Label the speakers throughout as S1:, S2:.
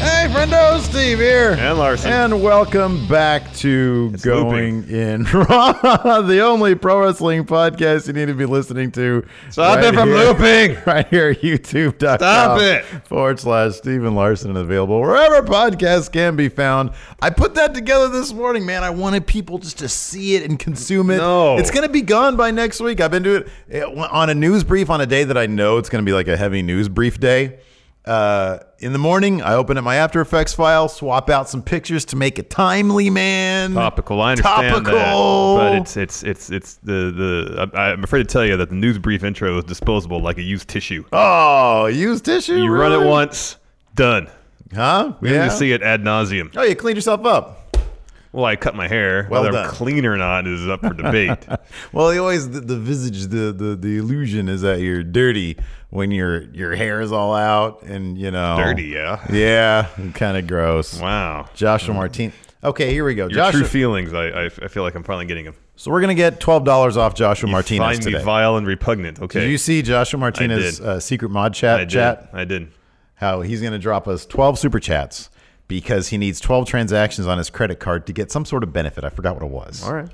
S1: Hey, friendo, Steve here.
S2: And Larson.
S1: And welcome back to
S2: It's
S1: Going In Raw, the only pro wrestling podcast you need to be listening to.
S2: Stop it from looping.
S1: Right here at youtube.com.
S2: Stop it.
S1: Forward slash Stephen Larson and available wherever podcasts can be found. I put that together this morning, man. I wanted people just to see it and consume it.
S2: No.
S1: It's going to be gone by next week. I've been doing it on a news brief on a day that I know it's going to be like a heavy news brief day. Uh, in the morning, I open up my After Effects file, swap out some pictures to make it timely, man.
S2: topical. I understand
S1: Topical.
S2: that, but it's it's it's it's the the. I, I'm afraid to tell you that the news brief intro is disposable, like a used tissue.
S1: Oh, use tissue.
S2: You run it
S1: really?
S2: once, done.
S1: huh?
S2: We need to see it ad nauseum.
S1: Oh, you cleaned yourself up.
S2: Well, I cut my hair.
S1: Well
S2: Whether
S1: done. Oh.
S2: clean or not is up for debate.
S1: Well, you always the, the visage, the, the the illusion is that you're dirty when your your hair is all out and you know
S2: Dirty, yeah.
S1: Yeah, kind of gross.
S2: Wow.
S1: Joshua Martin. Okay, here we go.
S2: Your
S1: Joshua.
S2: true feelings. I, I I feel like I'm finally getting them.
S1: so we're gonna get twelve dollars off Joshua
S2: You
S1: Martinez
S2: find
S1: today.
S2: me vile and repugnant. Okay.
S1: Did you see Joshua Martinez
S2: did.
S1: uh, secret mod
S2: I
S1: chat
S2: did.
S1: chat?
S2: I did.
S1: How he's gonna drop us twelve super chats because he needs twelve transactions on his credit card to get some sort of benefit. I forgot what it was.
S2: All right.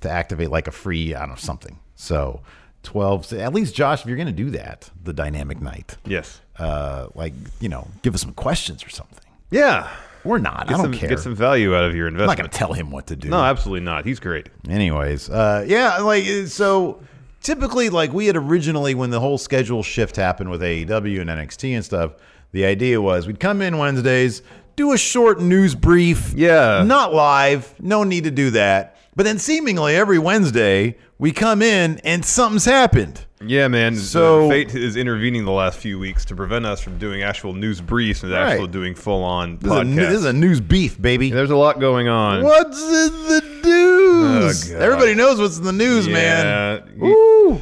S1: to activate like a free, I don't know, something. So 12, so at least Josh, if you're going to do that, the dynamic night,
S2: Yes.
S1: uh, like, you know, give us some questions or something.
S2: Yeah.
S1: Or not.
S2: Get
S1: I don't
S2: some,
S1: care.
S2: Get some value out of your
S1: I'm not
S2: investment.
S1: going to tell him what to do.
S2: No, absolutely not. He's great.
S1: Anyways, uh, yeah, like uh, so. Typically, like we had originally when the whole schedule shift happened with AEW and NXT and stuff, the idea was we'd come in Wednesdays, do a short news brief.
S2: Yeah.
S1: Not live. No need to do that. But then seemingly every Wednesday we come in and something's happened.
S2: Yeah, man.
S1: So-
S2: So fate is intervening the last few weeks to prevent us from doing actual news briefs and actually
S1: Right.
S2: doing full on
S1: This is, a,
S2: podcasts.
S1: this is a news beef, baby.
S2: There's a lot going on.
S1: What's in the news?
S2: Oh, God.
S1: Everybody knows what's in the news, man.
S2: Yeah.
S1: Woo!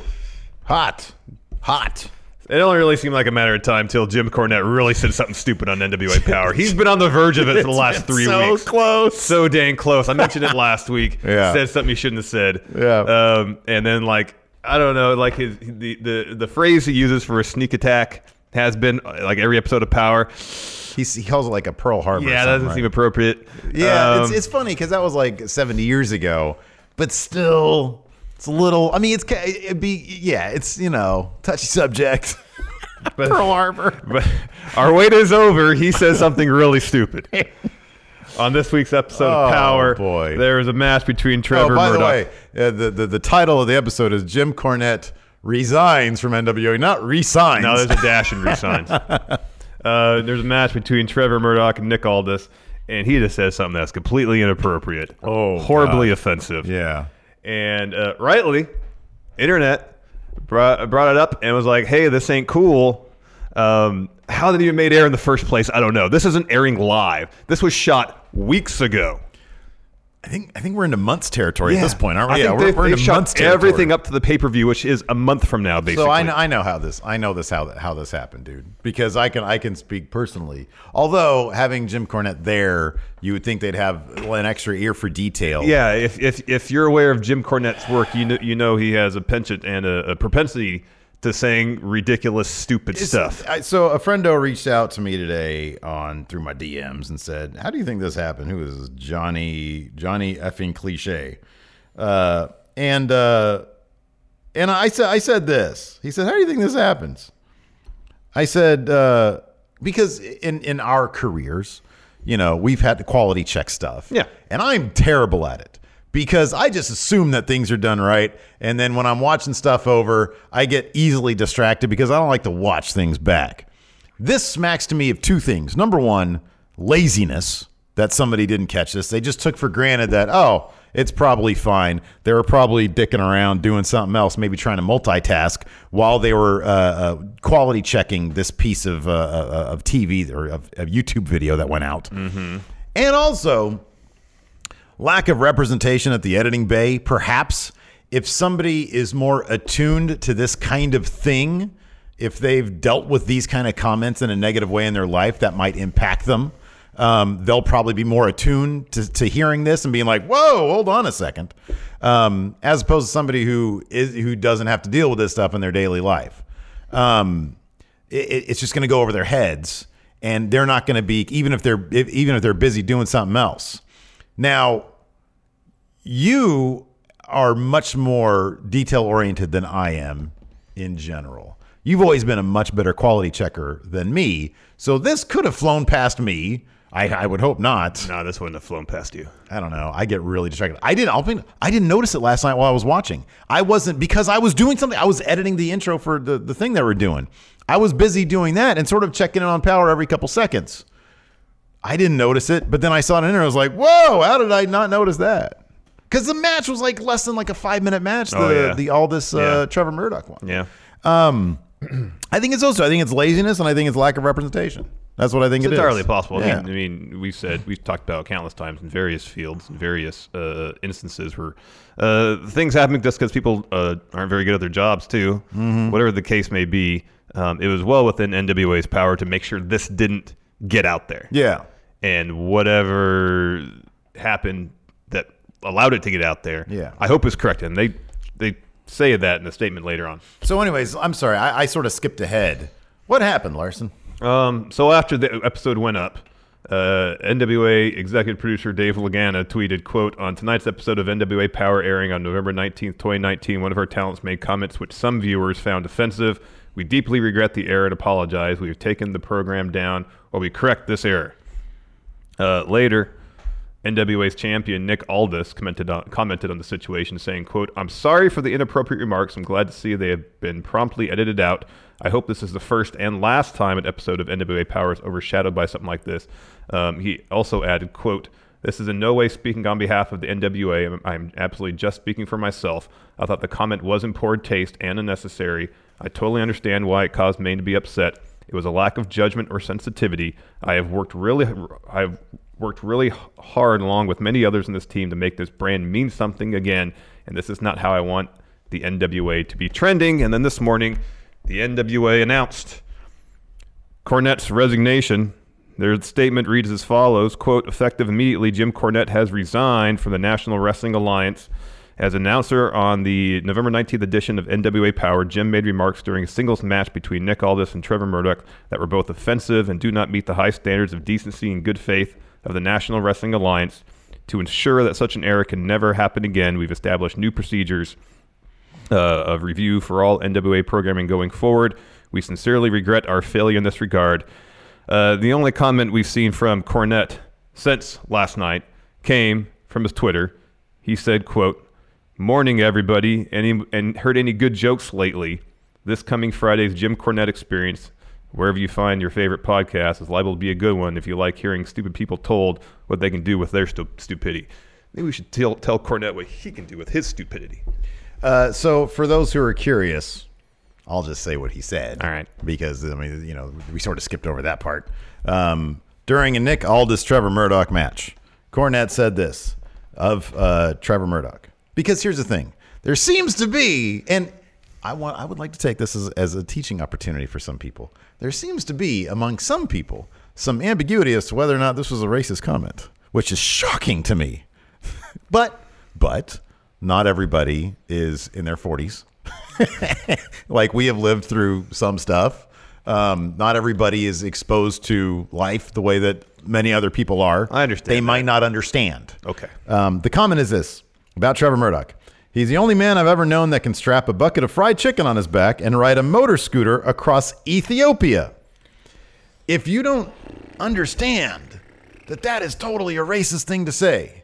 S1: Hot. Hot.
S2: It only really seemed like a matter of time till Jim Cornette really said something stupid on NWA Power. He's been on the verge of it for the
S1: It's
S2: last
S1: been
S2: three
S1: so
S2: weeks.
S1: close.
S2: So dang close. I mentioned it last week.
S1: Yeah.
S2: Said something he shouldn't have said.
S1: Yeah.
S2: Um, and then like I don't know, like his the, the the phrase he uses for a sneak attack has been uh, like every episode of Power.
S1: He, he calls it like a Pearl Harbor. or
S2: Yeah, that
S1: something,
S2: doesn't
S1: right?
S2: seem appropriate.
S1: Yeah,
S2: Um,
S1: it's, it's funny because that was like 70 years ago, but still, it's a little. I mean, it's ca- it'd be yeah, it's you know touchy subject. Pearl Harbor.
S2: But our wait is over. He says something really stupid. On this week's episode
S1: Oh,
S2: of Power,
S1: boy.
S2: there was a match between Trevor
S1: Oh, by
S2: Murdoch.
S1: the way, uh, the, the the title of the episode is Jim Cornette resigns from NWA, not resigns.
S2: Now there's a dash and resigns. uh, there's a match between Trevor Murdoch and Nick Aldis, and he just says something that's completely inappropriate.
S1: Oh,
S2: horribly offensive.
S1: yeah.
S2: And uh, rightly, internet brought, brought it up and was like, hey, this ain't cool. Um, how did it even made air in the first place? I don't know. This isn't airing live. This was shot weeks ago.
S1: I think I think we're into months territory at this point, aren't we?
S2: I
S1: yeah,
S2: think
S1: we're,
S2: they,
S1: we're
S2: they
S1: into
S2: shot
S1: months territory.
S2: everything up to the pay per view, which is a month from now, basically.
S1: So I know, I know how this I know this how how this happened, dude. Because I can I can speak personally. Although having Jim Cornette there, you would think they'd have an extra ear for detail.
S2: Yeah, if, if if you're aware of Jim Cornette's work, you know you know he has a penchant and a, a propensity to saying ridiculous, stupid stuff.
S1: I, so a friendo reached out to me today on through my DMs and said, "How do you think this happened? Who is Johnny? Johnny effing cliche?" Uh, and uh, and I said, I said this. He said, "How do you think this happens?" I said, uh, "Because in in our careers, you know, we've had to quality check stuff.
S2: Yeah.
S1: and I'm terrible at it." Because I just assume that things are done right. And then when I'm watching stuff over, I get easily distracted because I don't like to watch things back. This smacks to me of two things. Number one, laziness that somebody didn't catch this. They just took for granted that, oh, it's probably fine. They were probably dicking around doing something else, maybe trying to multitask while they were uh, uh, quality checking this piece of, uh, uh, of TV or of, of YouTube video that went out. And also, lack of representation at the editing bay, perhaps if somebody is more attuned to this kind of thing, if they've dealt with these kind of comments in a negative way in their life that might impact them, um, they'll probably be more attuned to, to hearing this and being like, "Whoa, hold on a second. Um, as opposed to somebody who is who doesn't have to deal with this stuff in their daily life. Um, it, it- it's just going to go over their heads, and they're not going to be even if they're if, even if they're busy doing something else. Now, you are much more detail oriented than I am in general. You've always been a much better quality checker than me, so this could have flown past me. I, I would hope not.
S2: Nah, this wouldn't have flown past you.
S1: I don't know. I get really distracted. I didn't. I'll be- I didn't notice it last night while I was watching. I wasn't because I was doing something. I was editing the intro for the the thing that we're doing. I was busy doing that and sort of checking in on power every couple seconds. I didn't notice it, but then I saw it in there. I was like, "Whoa! How did I not notice that?" Because the match was like less than like a five minute match. The
S2: Oh, yeah.
S1: the all this uh,
S2: Yeah.
S1: Trevor Murdoch one.
S2: Yeah.
S1: I think it's also. I think it's laziness and I think it's lack of representation. That's what I think
S2: It's
S1: it is.
S2: entirely possible.
S1: Yeah.
S2: I, mean, I mean, we've said we've talked about countless times in various fields, in various uh, instances where uh, things happen just because people uh, aren't very good at their jobs too.
S1: Mm-hmm.
S2: Whatever the case may be, um, it was well within NWA's power to make sure this didn't get out there.
S1: yeah.
S2: And whatever happened that allowed it to get out there,
S1: Yeah.
S2: I hope is correct. And they they say that in the statement later on.
S1: So, anyways, I'm sorry. I, I sort of skipped ahead. What happened, Larson?
S2: Um, so after the episode went up, uh, NWA executive producer Dave Lagana tweeted, quote, on tonight's episode of NWA Power airing on November 19th, 2019, one of our talents made comments which some viewers found offensive. We deeply regret the error and apologize. We have taken the program down while we correct this error. Uh, later, NWA's champion Nick Aldis commented on, commented on the situation, saying, "quote I'm sorry for the inappropriate remarks. I'm glad to see they have been promptly edited out. I hope this is the first and last time an episode of NWA Power is overshadowed by something like this." Um, he also added, "quote This is in no way speaking on behalf of the NWA. I'm, I'm absolutely just speaking for myself. I thought the comment was in poor taste and unnecessary. I totally understand why it caused Maine to be upset." It was a lack of judgment or sensitivity. I have worked really, I have worked really h- hard, along with many others in this team, to make this brand mean something again. And this is not how I want the NWA to be trending. And then this morning, the NWA announced Cornette's resignation. Their statement reads as follows quote, effective immediately, Jim Cornette has resigned from the National Wrestling Alliance. As announcer on the November 19th edition of NWA Power, Jim made remarks during a singles match between Nick Aldis and Trevor Murdoch that were both offensive and do not meet the high standards of decency and good faith of the National Wrestling Alliance. To ensure that such an error can never happen again, we've established new procedures uh, of review for all NWA programming going forward. We sincerely regret our failure in this regard. Uh, the only comment we've seen from Cornette since last night came from his Twitter. He said, quote, Morning, everybody. Any, and heard any good jokes lately? This coming Friday's Jim Cornette experience, wherever you find your favorite podcast, is liable to be a good one if you like hearing stupid people told what they can do with their stu- stupidity. Maybe we should tell, tell Cornette what he can do with his stupidity.
S1: Uh, so, for those who are curious, I'll just say what he said.
S2: All right.
S1: Because, I mean, you know, we sort of skipped over that part. Um, during a Nick Aldis Trevor Murdoch match, Cornette said this of uh, Trevor Murdoch. Because here's the thing there seems to be, and I, want, I would like to take this as, as a teaching opportunity for some people. There seems to be, among some people, some ambiguity as to whether or not this was a racist comment, which is shocking to me. But but not everybody is in their 40s like we have lived through some stuff. Um, not everybody is exposed to life the way that many other people are.
S2: I understand
S1: They
S2: that.
S1: might not understand.
S2: Okay.
S1: Um, the comment is this about Trevor Murdoch. He's the only man I've ever known that can strap a bucket of fried chicken on his back and ride a motor scooter across Ethiopia. If you don't understand that that is totally a racist thing to say,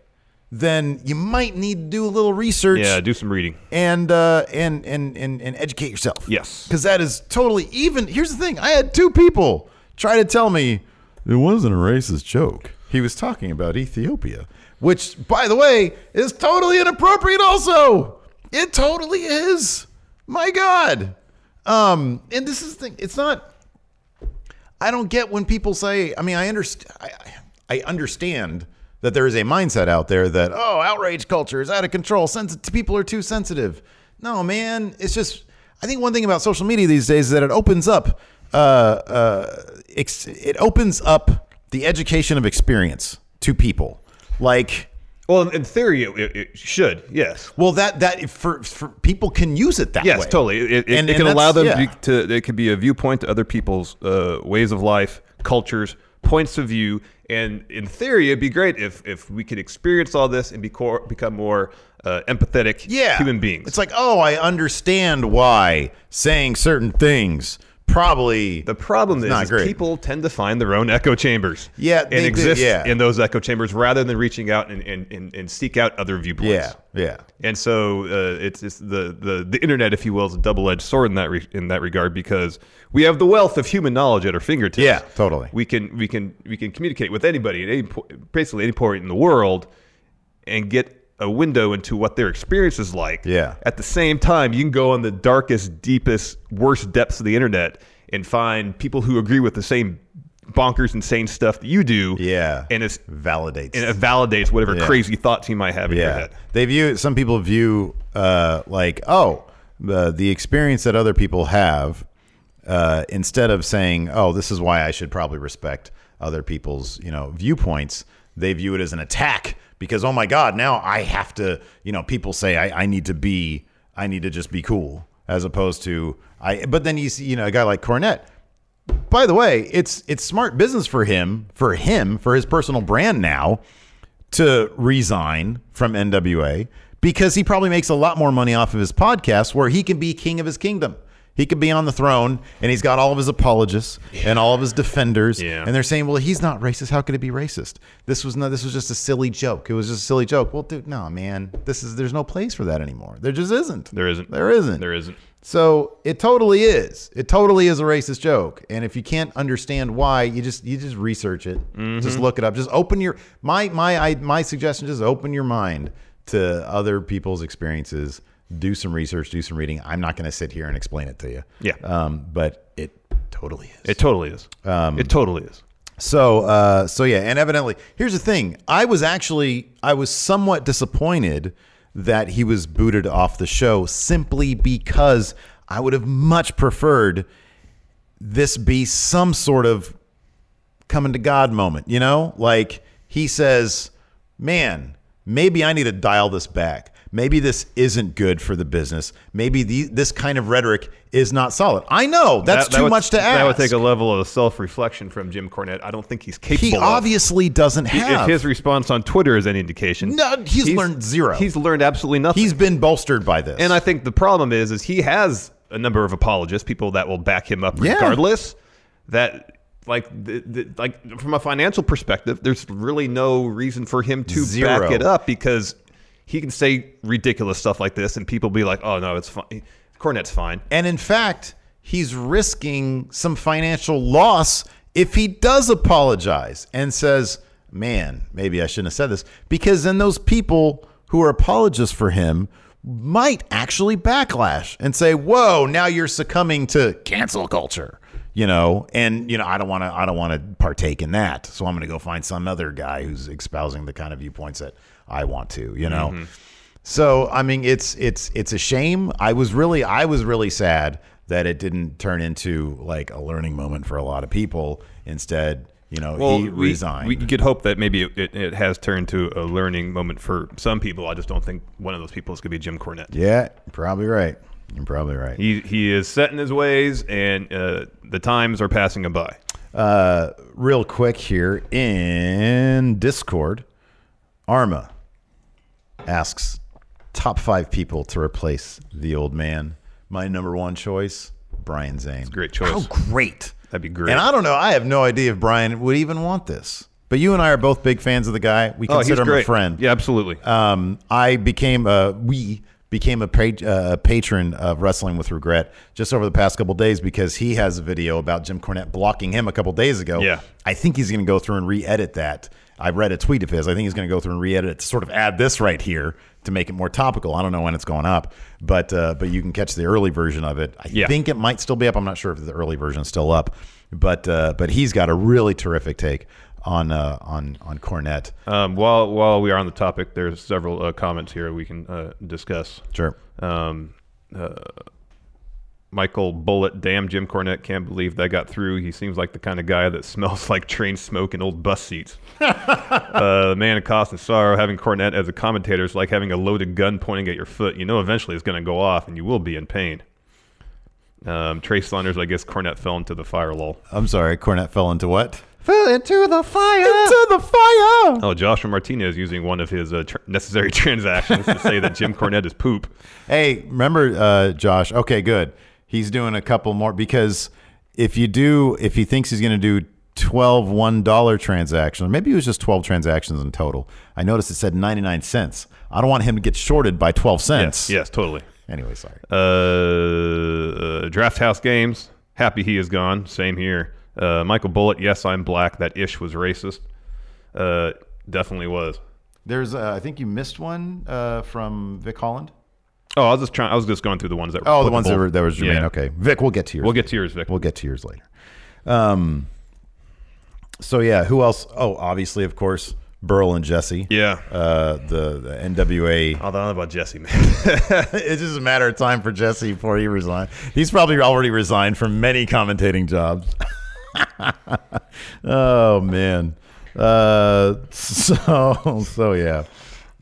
S1: then you might need to do a little research
S2: Yeah, do some reading.
S1: and uh, and and and and educate yourself.
S2: Yes.
S1: because that is totally even. Here's the thing: I had two people try to tell me it wasn't a racist joke. He was talking about Ethiopia, which, by the way, is totally inappropriate. Also, it totally is. My God. Um, and this is the thing. It's not. I don't get when people say. I mean, I understand. I, I understand that there is a mindset out there that oh, outrage culture is out of control. Sensitive people are too sensitive. No, man. It's just. I think one thing about social media these days is that it opens up. Uh, uh, ex- it opens up the education of experience to people. Like,
S2: Well, in theory, it, it, it should. Yes.
S1: well, that that for, for people can use it that
S2: Yes,
S1: way.
S2: totally. It, it,
S1: And-
S2: it
S1: and
S2: can allow
S1: that's-
S2: them
S1: yeah.
S2: to, It can be a viewpoint to other people's uh, ways of life, cultures, points of view, and in theory, it'd be great if if we could experience all this and be cor- become more uh, empathetic
S1: yeah.
S2: human beings.
S1: It's like, oh, I understand why saying certain things probably
S2: the problem
S1: it's
S2: is,
S1: not
S2: is
S1: great.
S2: people tend to find their own echo chambers.
S1: Yeah, they
S2: and
S1: do,
S2: exist
S1: yeah.
S2: in those echo chambers rather than reaching out and, and, and, and seek out other viewpoints.
S1: Yeah, yeah.
S2: And so uh, it's, it's the, the the internet, if you will, is a double edged sword in that re- in that regard because we have the wealth of human knowledge at our fingertips.
S1: Yeah, totally.
S2: We can we can we can communicate with anybody at any po- basically any point in the world, and get a window into what their experience is like.
S1: Yeah.
S2: At the same time, you can go on the darkest, deepest, worst depths of the internet and find people who agree with the same bonkers, insane stuff that you do.
S1: Yeah.
S2: And it's
S1: validates.
S2: and it validates whatever
S1: Yeah.
S2: crazy thoughts you might have in your
S1: yeah.
S2: head.
S1: They view some people view uh, like, oh, the the experience that other people have uh, instead of saying, oh, this is why I should probably respect other people's, you know, viewpoints. They view it as an attack because, oh my God, now I have to, you know, people say I, I need to be, I need to just be cool as opposed to I. But then you see, you know, a guy like Cornette. By the way, it's it's smart business for him, for him, for his personal brand now to resign from NWA because he probably makes a lot more money off of his podcast where he can be king of his kingdom. He could be on the throne and he's got all of his apologists and all of his defenders
S2: Yeah.
S1: and they're saying, "Well, he's not racist. How could it be racist? This was no this was just a silly joke. It was just a silly joke." Well, dude, no, man. This is there's no place for that anymore. There just isn't.
S2: There isn't.
S1: There isn't.
S2: There isn't.
S1: So it totally is. It totally is a racist joke. And if you can't understand why, you just you just research it. Just look it up. Just open your my my I, my suggestion. Just open your mind to other people's experiences. Do some research. Do some reading. I'm not going to sit here and explain it to you.
S2: Yeah.
S1: Um, but it totally is.
S2: It totally is.
S1: Um,
S2: it totally is.
S1: So, uh, so yeah, and evidently, here's the thing: I was actually, I was somewhat disappointed that he was booted off the show simply because I would have much preferred this be some sort of coming to God moment. You know, like he says, "Man, maybe I need to dial this back." Maybe this isn't good for the business. Maybe the, this kind of rhetoric is not solid. I know that's
S2: That- that
S1: too
S2: would-
S1: much to ask.
S2: That would take a level of self reflection from Jim Cornette. I don't think he's capable.
S1: he obviously doesn't
S2: Of. If
S1: have.
S2: his response on Twitter is any indication,
S1: No, he's learned zero.
S2: He's learned absolutely nothing.
S1: He's been bolstered by this.
S2: and I think the problem is, is he has a number of apologists, people that will back him up
S1: Yeah.
S2: regardless. That like, the, the, like from a financial perspective, there's really no reason for him to
S1: Zero.
S2: back it up because he can say ridiculous stuff like this, and people be like, "Oh no, it's fine. Cornette's fine."
S1: and in fact, he's risking some financial loss if he does apologize and says, "Man, maybe I shouldn't have said this," because then those people who are apologists for him might actually backlash and say, "Whoa, now you're succumbing to cancel culture." You know, and you know, I don't want to. I don't want to partake in that. So I'm going to go find some other guy who's espousing the kind of viewpoints that I want to. You know, So I mean, it's it's it's a shame. I was really I was really sad that it didn't turn into like a learning moment for a lot of people. Instead, you know, he
S2: we,
S1: resigned.
S2: We could hope that maybe it, it, it has turned to a learning moment for some people. I just don't think one of those people is going to be Jim Cornette.
S1: yeah, probably right. You're probably right.
S2: He he is set in his ways, and uh, the times are passing him by.
S1: Uh, real quick here in Discord, Arma asks top five people to replace the old man. My number one choice, Brian Zane.
S2: Great choice.
S1: How great.
S2: That'd be great.
S1: And I don't know. I have no idea if Brian would even want this. But you and I are both big fans of the guy. We
S2: oh, he's
S1: consider him
S2: great.
S1: a friend.
S2: Yeah, absolutely.
S1: Um, I became a we became a, pa- uh, a patron of Wrestling with Regret just over the past couple days because he has a video about Jim Cornette blocking him a couple days ago.
S2: Yeah.
S1: I think he's going to go through and re-edit that. I read a tweet of his. I think he's going to go through and re-edit it to sort of add this right here to make it more topical. I don't know when it's going up, but uh, but you can catch the early version of it. I
S2: Yeah.
S1: think it might still be up. I'm not sure if the early version is still up, but uh, but he's got a really terrific take on uh, on on Cornette.
S2: Um, while while we are on the topic, there's several uh, comments here we can uh, discuss.
S1: Sure.
S2: Um, uh, Michael Bullet, damn Jim Cornette, can't believe that got through. He seems like the kind of guy that smells like train smoke and old bus seats. uh, the man of cost and sorrow, having Cornette as a commentator is like having a loaded gun pointing at your foot. You know, eventually it's going to go off, and you will be in pain. Um, Trey Saunders, I guess Cornette fell into the fire lull.
S1: I'm sorry, Cornette fell into what?
S2: Fell into the fire.
S1: Into the fire.
S2: Oh, Joshua Martinez using one of his uh, tr- necessary transactions to say that Jim Cornette is poop.
S1: Hey, remember uh, Josh? Okay, good. He's doing a couple more because if you do, if he thinks he's going to do 12 one dollar transactions, maybe it was just 12 transactions in total. I noticed it said 99 cents. I don't want him to get shorted by 12 cents.
S2: Yes, totally.
S1: Anyway, sorry.
S2: Uh, uh, Draft House Games. Happy he is gone. Same here. Uh, Michael Bullet. Yes, I'm black. That ish was racist. Uh, definitely was.
S1: There's, uh, I think you missed one uh, from Vic Holland.
S2: Oh, I was just trying. I was just going through the ones that. Were
S1: Oh, the ones that
S2: clickable.
S1: were that was Jermaine.
S2: Yeah.
S1: Okay, Vic, we'll get to yours.
S2: We'll get to yours, Vic.
S1: We'll get to yours later. Um. So yeah, who else? Oh, obviously, of course, Burl and Jesse.
S2: yeah.
S1: Uh, the, Oh, the NWA.
S2: I don't know about Jesse, man.
S1: it's just a matter of time for Jesse before he resigns. He's probably already resigned from many commentating jobs. oh man. Uh, so so yeah.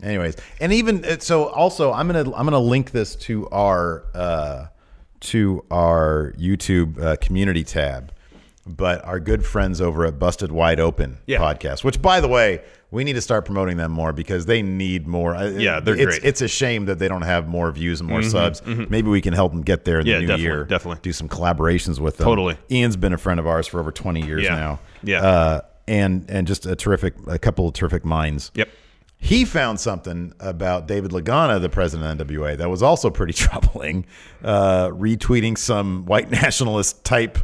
S1: Anyways, and even uh, so, also I'm gonna I'm gonna link this to our uh, to our YouTube uh, community tab, but our good friends over at Busted Wide Open
S2: Yeah.
S1: podcast, which by the way we need to start promoting them more because they need more. Uh, I-
S2: Yeah, they're
S1: it's,
S2: great. Mm-hmm,
S1: It's a shame that they don't have more views and more subs. Maybe we can help them get there in
S2: Yeah,
S1: the new
S2: definitely,
S1: year.
S2: definitely.
S1: do some collaborations with them.
S2: Totally.
S1: Ian's been a friend of ours for over twenty years
S2: Yeah.
S1: now.
S2: Yeah.
S1: Uh, and and just a terrific, a couple of terrific minds.
S2: Yep.
S1: He found something about David Lagana, the president of NWA, that was also pretty troubling. Uh, retweeting some white nationalist type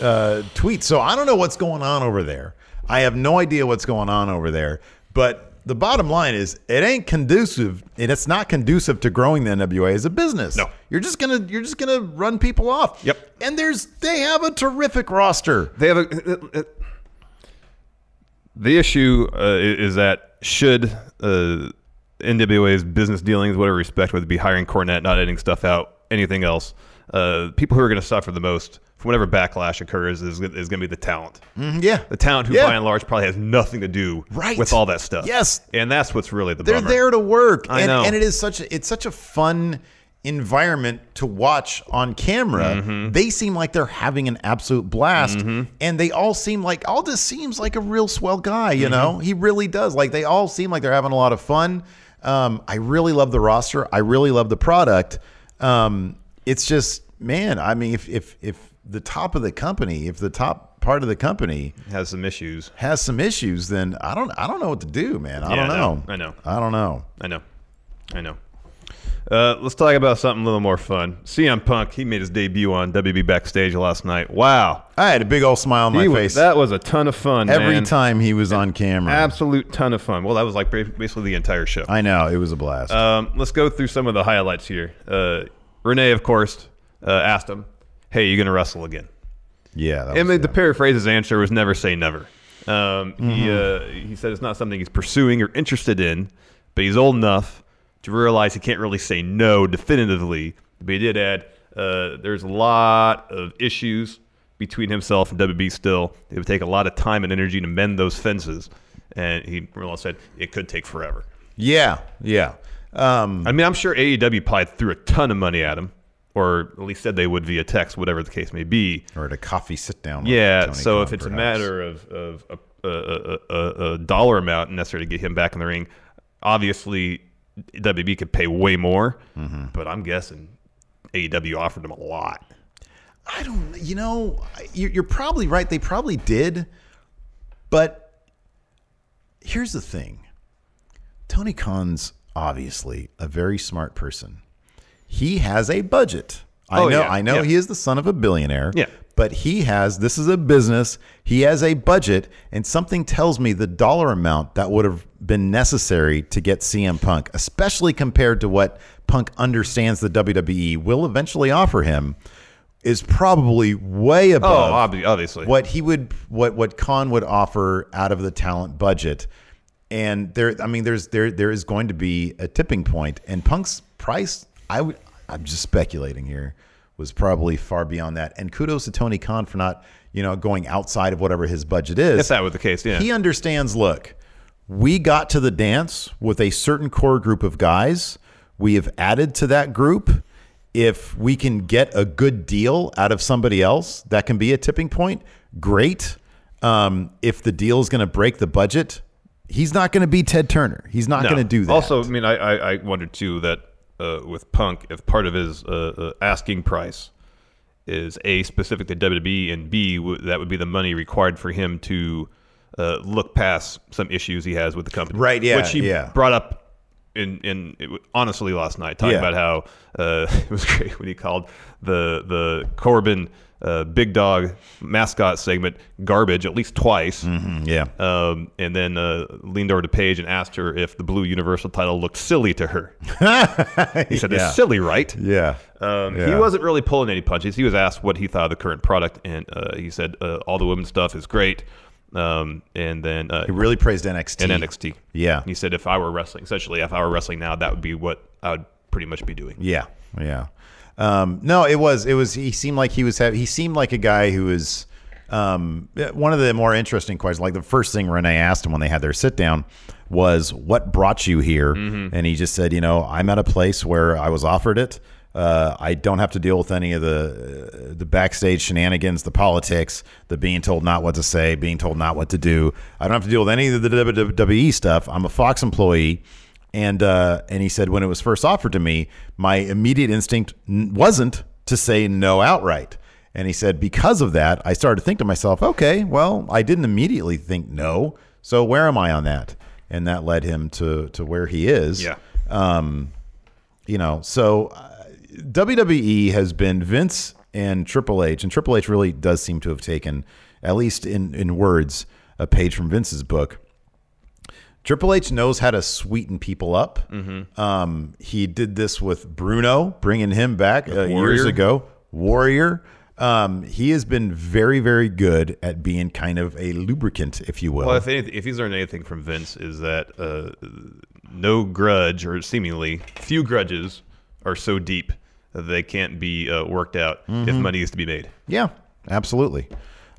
S1: uh, tweets. So I don't know what's going on over there. I have no idea what's going on over there. But the bottom line is, it ain't conducive, and it's not conducive to growing the NWA as a business.
S2: No.
S1: you're just gonna you're just gonna run people off.
S2: Yep.
S1: And there's they have a terrific roster.
S2: they have a. uh, The issue uh, i- is that should uh, NWA's business dealings, whatever respect, whether it be hiring Cornette, not editing stuff out, anything else, uh, people who are going to suffer the most from whatever backlash occurs is, is going to be the talent.
S1: Yeah,
S2: The talent who,
S1: Mm-hmm. Yeah.
S2: by and large, probably has nothing to do
S1: Right.
S2: with all that stuff.
S1: Yes.
S2: and that's what's really the
S1: they're
S2: bummer.
S1: there to work
S2: I
S1: and,
S2: know.
S1: and it is such a, it's such a fun environment to watch on camera
S2: Mm-hmm.
S1: they seem like they're having an absolute blast and they all seem like aldous seems like a real swell guy you
S2: Mm-hmm.
S1: know he really does like they all seem like they're having a lot of fun um, i really love the roster i really love the product um, it's just man i mean if if if the top of the company if the top part of the company
S2: has some issues.
S1: has some issues then i don't i don't know what to do man i
S2: Yeah,
S1: don't
S2: I
S1: know
S2: know. I know.
S1: i don't know
S2: I know. I know. Uh, let's talk about something a little more fun. CM Punk, he made his debut on WB Backstage last night. Wow.
S1: I had a big old smile on my
S2: He was-
S1: face
S2: that was a ton of fun.
S1: every
S2: man.
S1: time he was on camera.
S2: Absolute ton of fun. Well, that was like ba- basically the entire show.
S1: I know it was a blast.
S2: Um, let's go through some of the highlights here. Uh, Renee, of course, uh, asked him, Hey, you going to wrestle again?
S1: yeah, Mm-hmm. that
S2: And
S1: was,
S2: the paraphrase his answer was never say never. Um, he, uh, he said it's not something he's pursuing or interested in, but he's old enough to realize he can't really say no definitively. But he did add uh, there's a lot of issues between himself and WB still. It would take a lot of time and energy to mend those fences. And he realized said it could take forever.
S1: yeah, yeah. Um,
S2: E I mean, I'm sure AEW probably threw a ton of money at him. or at least said they would via text, whatever the case may be.
S1: or at a coffee sit down. with
S2: Yeah.
S1: Tony
S2: so
S1: Khan,
S2: if it's
S1: perhaps.
S2: a matter of, of a, a, a, a, a dollar amount necessary to get him back in the ring, obviously WB could pay way more, but I'm guessing AEW offered him a lot.
S1: I don't. You know, you're, you're probably right. They probably did, but here's the thing: Tony Khan's obviously a very smart person. He has a budget. I
S2: Oh,
S1: know.
S2: yeah,
S1: I know.
S2: yeah.
S1: He is the son of a billionaire.
S2: Yeah.
S1: But he has. This is a business. He has a budget, and something tells me the dollar amount that would have been necessary to get CM Punk, especially compared to what Punk understands the WWE will eventually offer him, is probably way
S2: Oh,
S1: above
S2: obvi- obviously.
S1: what he would what what Khan would offer out of the talent budget. And there I mean there's there there is going to be a tipping point and Punk's price I would I'm just speculating here was probably far beyond that. And kudos to Tony Khan for not, you know, going outside of whatever his budget is.
S2: If that were the case, yeah.
S1: He understands, look, we got to the dance with a certain core group of guys. We have added to that group. If we can get a good deal out of somebody else, that can be a tipping point. Great. Um, if the deal is going to break the budget, he's not going to be Ted Turner. He's not
S2: No.
S1: going to do that.
S2: Also, I mean, I, I, I wondered too that uh, with Punk, if part of his uh, uh, asking price is A, specific to WWE, and B, w- that would be the money required for him to uh, look past some issues he has with the company.
S1: Right, yeah,
S2: Which he
S1: yeah.
S2: brought up. In, in it, w- honestly last night talking
S1: Yeah.
S2: about how uh, it was great when he called the the Corbin uh, big dog mascot segment garbage at least twice
S1: Mm, yeah.
S2: um, and then uh, leaned over to Paige and asked her if the blue universal title looked silly to her. He said,
S1: yeah.
S2: "It's silly, right?"
S1: yeah.
S2: Um, He
S1: Yeah.
S2: wasn't really pulling any punches. He was asked what he thought of the current product, and uh, he said, uh, "All the women's stuff is great." Um, and then uh,
S1: He really praised NXT.
S2: and NXT.
S1: Yeah.
S2: he said, "If I were wrestling, essentially, if I were wrestling now, that would be what I would pretty much be doing."
S1: Yeah, yeah. Um, no, it was it was. He seemed like he was. Have, he seemed like a guy who was um, yeah, one of the more interesting questions. Like the first thing Renee asked him when they had their sit down was, "What brought you here?" And he just said, "You know, I'm at a place where I was offered it. Uh, I don't have to deal with any of the uh, the backstage shenanigans, the politics, the being told not what to say, being told not what to do. I don't have to deal with any of the WWE stuff. I'm a Fox employee." and uh, and he said when it was first offered to me, my immediate instinct n- wasn't to say no outright. And he said because of that, I started to think to myself, okay, well, I didn't immediately think no, so where am I on that? And that led him to to where he is.
S2: Yeah.
S1: you know, so uh, WWE has been Vince and Triple H, and Triple H really does seem to have taken, at least in in words, a page from Vince's book. Triple H knows how to sweeten people up.
S2: Mm-hmm.
S1: Um, he did this with Bruno, bringing him back uh, years
S2: Warrior.
S1: ago. Warrior. Um, he has been very, very good at being kind of a lubricant, if you will.
S2: Well, if, anything, if he's learned anything from Vince, is that uh, no grudge, or seemingly few grudges, are so deep that they can't be uh, worked out if
S1: Mm-hmm.
S2: money is to be made.
S1: Yeah, absolutely.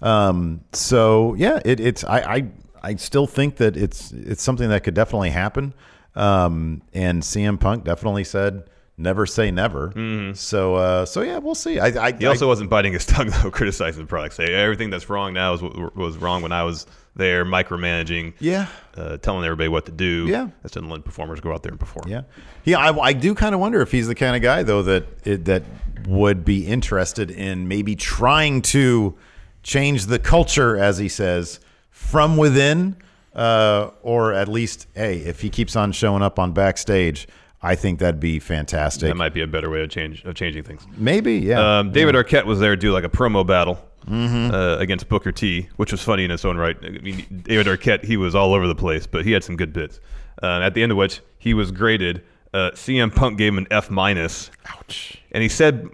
S1: Um, so yeah, it, it's I, I I still think that it's it's something that could definitely happen. Um, and CM Punk definitely said never say never. So uh, so yeah, we'll see. I, I,
S2: Mm-hmm. He also wasn't biting his tongue though, criticizing the product. Say everything that's wrong now is what was wrong when I was there, micromanaging.
S1: yeah.
S2: Uh, telling everybody what to do.
S1: Yeah.
S2: That's didn't let performers go out there and perform.
S1: Yeah, yeah. I, I do kind of wonder if he's the kind of guy though that it, that would be interested in maybe trying to change the culture, as he says, from within, uh, or at least, hey, if he keeps on showing up on backstage, I think that'd be fantastic.
S2: That might be a better way of change of changing things.
S1: maybe, yeah. Mm-hmm.
S2: Um, David Arquette was there to do like a promo battle uh, against Booker T, which was funny in its own right. I mean, David Arquette, he was all over the place, but he had some good bits. Uh, at the end of which, he was graded. Uh, CM Punk gave him an F minus. Ouch. And he said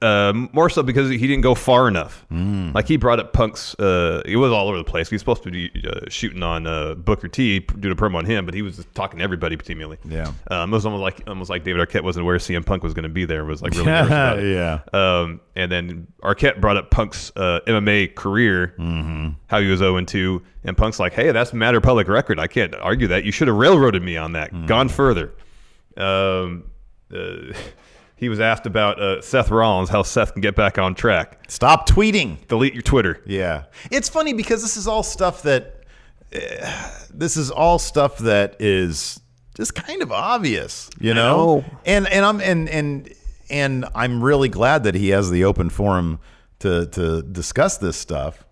S2: uh, more so because he didn't go far enough.
S1: Mm.
S2: Like he brought up Punk's. Uh, he was all over the place. He was supposed to be uh, shooting on uh, Booker T, doing a promo on him, but he was just talking to everybody seemingly.
S1: Yeah.
S2: Um, it was almost like almost like David Arquette wasn't aware CM Punk was going to be there. and Was like really nervous about it.
S1: Yeah.
S2: Um, and then Arquette brought up Punk's uh, MMA career, how he was 0 2. And Punk's like, hey, that's matter of public record. I can't argue that. You should have railroaded me on that, gone further. Um, uh, He was asked about uh, Seth Rollins, how Seth can get back on track.
S1: Stop tweeting.
S2: Delete your Twitter.
S1: Yeah. It's funny because this is all stuff that eh, this is all stuff that is just kind of obvious, you know?
S2: know.
S1: And and I'm and and and I'm really glad that he has the open forum to to discuss this stuff.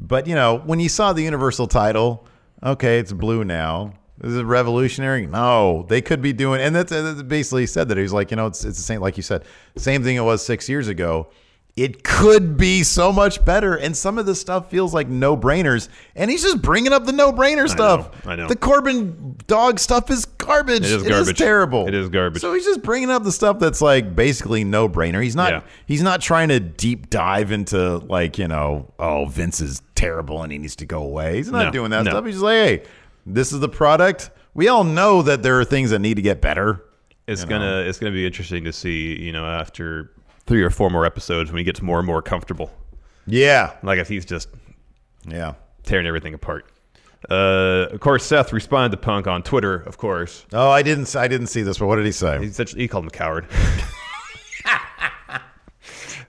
S1: But you know, when you saw the universal title, okay, it's blue now. Is it revolutionary? No, they could be doing, and that's, that's basically he said that he was like, you know, it's it's the same, like you said, same thing it was six years ago. It could be so much better, and some of this stuff feels like no brainers, and he's just bringing up the no brainer stuff.
S2: I know.
S1: the Corbin dog stuff is garbage.
S2: It is garbage.
S1: terrible.
S2: It is garbage.
S1: So he's just bringing up the stuff that's like basically no brainer. He's not
S2: Yeah.
S1: he's not trying to deep dive into like you know oh Vince is terrible and he needs to go away. He's not
S2: No,
S1: doing that
S2: no.
S1: stuff. He's just like hey, this is the product. We all know that there are things that need to get better.
S2: It's gonna it's gonna be interesting to see. You know, after three or four more episodes, when he gets more and more comfortable,
S1: Yeah,
S2: like if he's just
S1: yeah.
S2: tearing everything apart. Uh, of course, Seth responded to Punk on Twitter. Of course,
S1: Oh, I didn't I didn't see this. But what did he say?
S2: He's such, he called him a coward.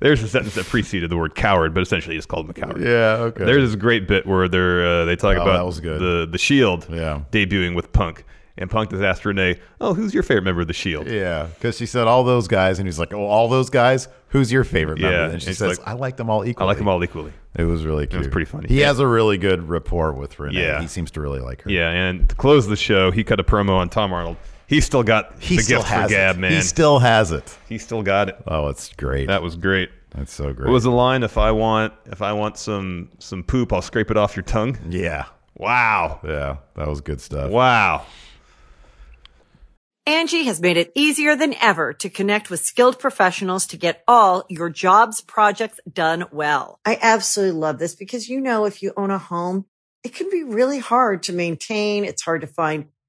S2: There's a sentence that preceded the word coward, but essentially he just called him a coward.
S1: Yeah, okay.
S2: There's this great bit where they're uh, they talk
S1: Oh,
S2: about
S1: that was good.
S2: the the Shield
S1: Yeah.
S2: debuting with Punk, and Punk has asked Renee, "Oh, who's your favorite member of the Shield?"
S1: Yeah, because she said all those guys, and he's like, "Oh, all those guys. Who's your favorite
S2: Yeah,
S1: member?" And she
S2: it's
S1: says,
S2: like-
S1: "I like them all equally.
S2: I like them all equally.
S1: It was really cute.
S2: pretty funny.
S1: He
S2: Yeah.
S1: has a really good rapport with Renee.
S2: Yeah.
S1: He seems to really like her.
S2: Yeah, and to close the show, he cut a promo on Tom Arnold. He still got
S1: He
S2: the
S1: still
S2: gift
S1: has
S2: for Gab,
S1: it.
S2: man.
S1: He still has it.
S2: He still got it.
S1: Oh, it's great.
S2: That was great.
S1: That's so great.
S2: What was the line? If I want, if I want some some poop, I'll scrape it off your tongue.
S1: yeah.
S2: Wow,
S1: Yeah. That was good stuff.
S2: wow.
S3: Angie has made it easier than ever to connect with skilled professionals to get all your jobs projects done well. I absolutely love this because, you know, if you own a home, it can be really hard to maintain. It's hard to find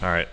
S2: All right.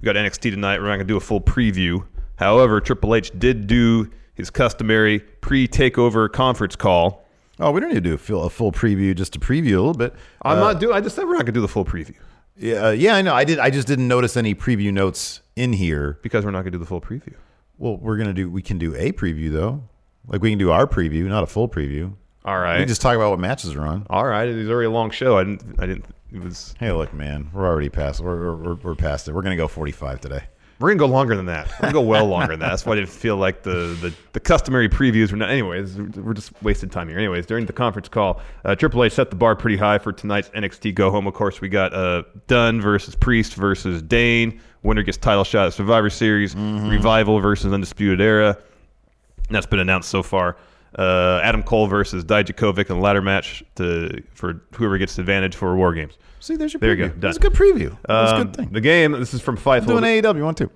S2: We got NXT tonight. We're not going to do a full preview. However, Triple H did do his customary pre takeover conference call.
S1: Oh, we don't need to do a full, a full preview, just to preview a little bit.
S2: I'm not doing, I just said we're not going to do the full preview
S1: Yeah, uh, yeah, I know. I did. I just didn't notice any preview notes in here.
S2: because we're not going to do the full preview.
S1: Well, we're gonna do. We can do a preview though. Like we can do our preview, not a full preview.
S2: All
S1: We
S2: right.
S1: can just talk about what matches are on.
S2: All right. It was already a long show. I didn't, I didn't, it was,
S1: Hey, look, man, we're already past. We're we're, we're past it. We're gonna go 45 today.
S2: we're going to go longer than that. We're going to go well longer than that. That's why I didn't feel like the, the, the customary previews were not, anyways, we're just wasting time here. Anyways, during the conference call, uh, Triple H set the bar pretty high for tonight's NXT go home. Of course, we got uh, Dunn versus Priest versus Dane. Winner gets title shot at Survivor Series.
S1: Mm-hmm.
S2: Revival versus Undisputed Era. And That's been announced so far. Uh, Adam Cole versus Dijakovic in a ladder match to for whoever gets the advantage for War Games.
S1: See, there's your.
S2: There
S1: preview.
S2: you go.
S1: That's a
S2: Done.
S1: good preview. That's a
S2: Um,
S1: good thing.
S2: The game. This is from Fightful.
S1: Doing AEW E one too.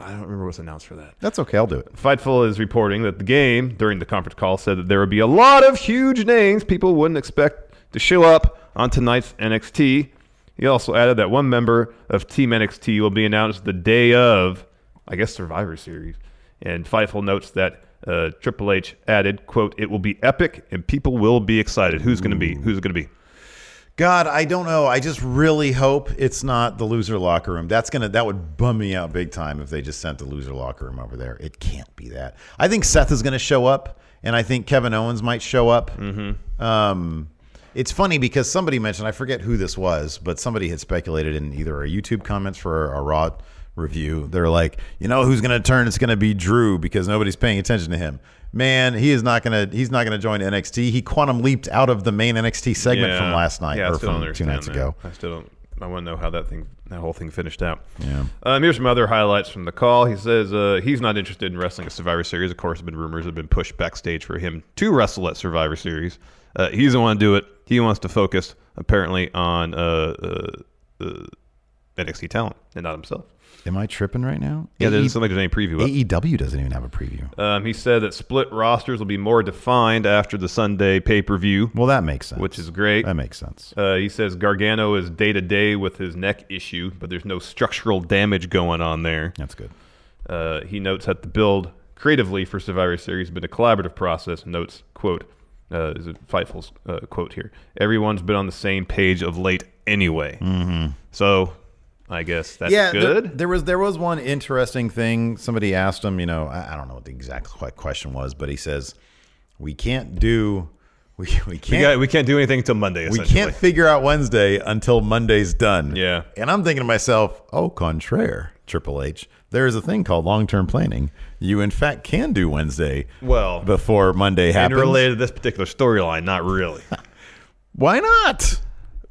S2: I don't remember what's announced for that.
S1: That's okay. I'll do it.
S2: Fightful is reporting that the game during the conference call said that there would be a lot of huge names people wouldn't expect to show up on tonight's NXT. He also added that one member of Team NXT will be announced the day of, I guess, Survivor Series. And Fightful notes that uh, Triple H added, "quote It will be epic and people will be excited. Who's going to be? Who's going to be?
S1: God, I don't know. I just really hope it's not the loser locker room. That's gonna that would bum me out big time if they just sent the loser locker room over there. It can't be that. I think Seth is gonna show up, and I think Kevin Owens might show up. Um, it's funny because somebody mentioned I forget who this was, but somebody had speculated in either our YouTube comments for our Raw review. They're like, you know who's going to turn? It's going to be Drew because nobody's paying attention to him. Man, he is not going to. He's not going to join NXT. He quantum leaped out of the main NXT segment
S2: Yeah.
S1: from last night
S2: Yeah, I
S1: or
S2: still don't
S1: from two
S2: understand
S1: nights
S2: that.
S1: ago.
S2: I still don't. I want to know how that thing, that whole thing finished out.
S1: Yeah.
S2: Um, here's some other highlights from the call. He says uh, he's not interested in wrestling at Survivor Series. Of course, there have been rumors have been pushed backstage for him to wrestle at Survivor Series. Uh, he doesn't want to do it. He wants to focus apparently on uh, uh, uh, NXT talent and not himself.
S1: Am I tripping right now? E,
S2: Yeah, there
S1: AE
S2: doesn't seem like there's any preview. Up.
S1: AEW doesn't even have a preview.
S2: Um, he said that split rosters will be more defined after the Sunday pay per view,
S1: Well, that makes sense.
S2: which is great.
S1: that makes sense.
S2: Uh, he says Gargano is day to day with his neck issue, but there's no structural damage going on there.
S1: That's good.
S2: Uh, he notes that the build creatively for Survivor Series has been a collaborative process. Notes quote uh, is it Fightful's uh, quote here. Everyone's been on the same page of late anyway. Mm-hmm. So I guess that's
S1: yeah, there-
S2: good.
S1: There, was there was one interesting thing. Somebody asked him, you know, I, I don't know what the exact que- question was, but he says, "We can't do, we we
S2: we,
S1: can't
S2: got, we can't do anything until Monday.
S1: we
S2: essentially.
S1: can't figure out Wednesday until Monday's done."
S2: Yeah.
S1: and I'm thinking to myself, "Oh, contraire, Triple H, there is a thing called long term planning. You in fact can do Wednesday
S2: Well,
S1: before Monday happens.
S2: and related to this particular storyline, not really.
S1: Why not?"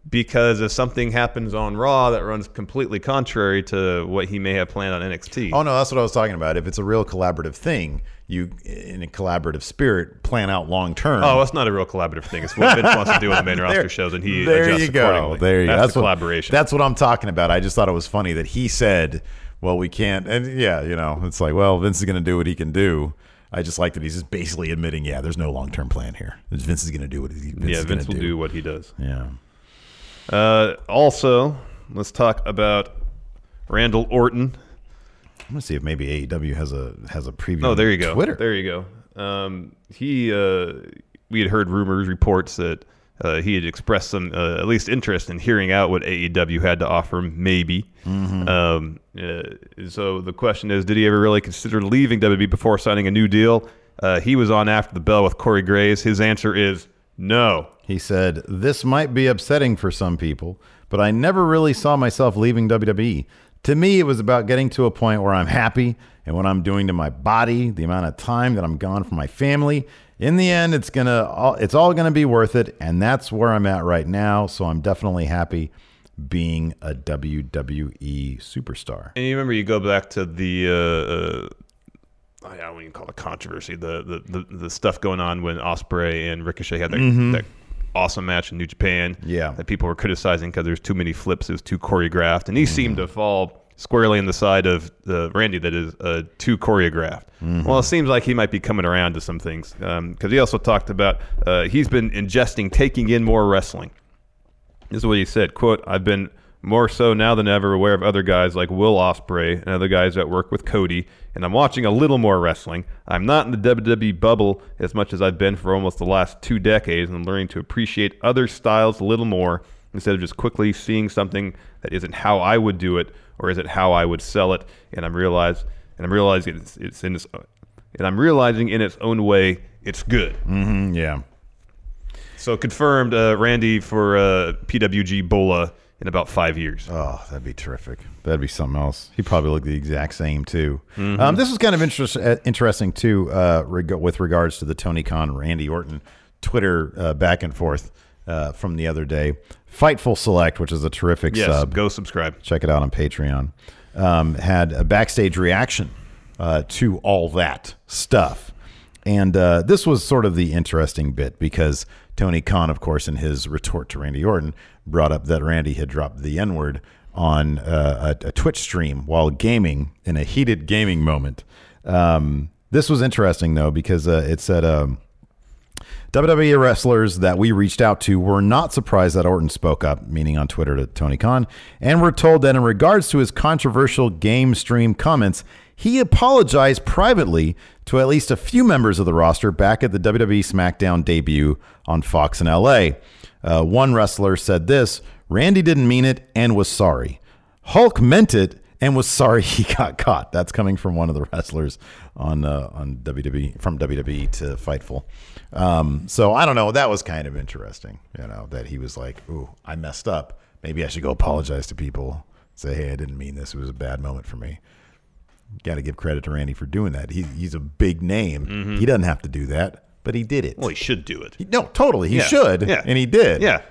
S2: because if something happens on Raw that runs completely contrary to what he may have planned on NXT.
S1: Oh no, that's what I was talking about. If it's a real collaborative thing, you in a collaborative spirit plan out long term.
S2: Oh, that's not a real collaborative thing. It's what Vince wants to do with the main roster
S1: There-
S2: shows, and he
S1: there
S2: adjusts
S1: you go.
S2: accordingly.
S1: There you go.
S2: That's,
S1: That's
S2: the
S1: what,
S2: collaboration.
S1: That's what I'm talking about. I just thought it was funny that he said, "Well, we can't." And yeah, you know, it's like, well, Vince is going to do what he can do. I just like that he's just basically admitting, yeah, there's no long term plan here. Vince is going to do what he, Vince
S2: yeah,
S1: is
S2: Vince will
S1: gonna
S2: do. what he does.
S1: Yeah.
S2: Uh, also, let's talk about Randall Orton.
S1: I'm gonna see if maybe AEW has a has a preview.
S2: Oh,
S1: on
S2: there you go.
S1: Twitter.
S2: There you go. Um, he, uh, we had heard rumors, reports that uh, he had expressed some, uh, at least interest in hearing out what AEW had to offer, maybe. Um, uh, so the question is, did he ever really consider leaving WWE before signing a new deal? Uh, he was on after the bell with Corey Graves. His answer is no.
S1: He said, This might be upsetting for some people, but I never really saw myself leaving WWE. To me, it was about getting to a point where I'm happy and what I'm doing to my body, the amount of time that I'm gone from my family. In the end, it's gonna all it's all gonna be worth it, and that's where I'm at right now. So I'm definitely happy being a WWE superstar.
S2: And you remember, you go back to the. Uh, uh, I don't even call it controversy. The, the the the stuff going on when Osprey and Ricochet had that, that awesome match in New Japan.
S1: Yeah.
S2: that people were criticizing because there's too many flips, it was too choreographed, and he seemed to fall squarely on the side of uh, Randy that is uh, too choreographed. Well, it seems like he might be coming around to some things because he also talked about uh, he's been ingesting, taking in more wrestling. This is what he said, quote, I've been more so now than ever aware of other guys like Will Osprey and other guys that work with Cody, and I'm watching a little more wrestling. I'm not in the WWE bubble as much as I've been for almost the last two decades, and I'm learning to appreciate other styles a little more instead of just quickly seeing something that isn't how I would do it or isn't how I would sell it. And I'm realize and I'm realizing it's, it's in its and I'm realizing in its own way it's good.
S1: Mm, yeah.
S2: So confirmed, uh, Randy for uh, PWG Bola in about five years.
S1: Oh, that'd be terrific. That'd be something else. He probably looked the exact same too. Um, this was kind of interest, uh, interesting too, uh, reg- with regards to the Tony Khan Randy Orton Twitter uh, back and forth uh, from the other day. Fightful Select, which is a terrific
S2: yes,
S1: sub,
S2: go subscribe.
S1: check it out on Patreon. Um, had a backstage reaction uh, to all that stuff. And uh, this was sort of the interesting bit because Tony Khan, of course, in his retort to Randy Orton, brought up that Randy had dropped the N word on uh, a, a Twitch stream while gaming in a heated gaming moment. Um, this was interesting, though, because uh, it said. Um, WWE E wrestlers that we reached out to were not surprised that Orton spoke up, meaning on Twitter to Tony Khan, and were told that in regards to his controversial game stream comments, he apologized privately to at least a few members of the roster back at the WWE SmackDown debut on Fox in LA. Uh, one wrestler said this Randy didn't mean it and was sorry. Hulk meant it and was sorry he got caught. That's coming from one of the wrestlers on uh, on WWE from WWE to Fightful. Um, so I don't know. That was kind of interesting, you know, that he was like, "Ooh, I messed up. Maybe I should go apologize to people Say, hey, I didn't mean this. It was a bad moment for me. Got to give credit to Randy for doing that. He, he's a big name. He doesn't have to do that, but he did it.
S2: Mm-hmm. Well, he should do it.
S1: He- no, totally. He
S2: Yeah.
S1: should.
S2: Yeah.
S1: And he did.
S2: Yeah.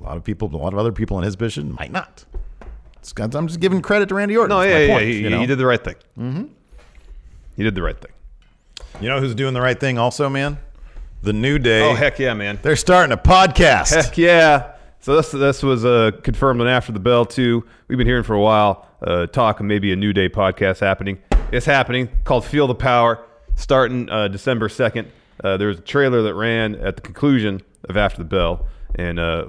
S1: A lot of people, a lot of other people in his position might not. It's- I'm just giving credit to Randy Orton.
S2: No,
S1: That's
S2: yeah,
S1: my
S2: yeah.
S1: point,
S2: he,
S1: you know?
S2: he did the right thing. Mm-hmm. He did the right thing.
S1: You know who's doing the right thing also, man? The New Day.
S2: Oh, heck yeah, man.
S1: They're starting a podcast.
S2: Heck yeah. So this this was uh, confirmed on After the Bell too. We've been hearing for a while uh, talk of maybe a New Day podcast happening. It's happening called Feel the Power, starting uh, December second. Uh, there was a trailer that ran at the conclusion of After the Bell, and uh,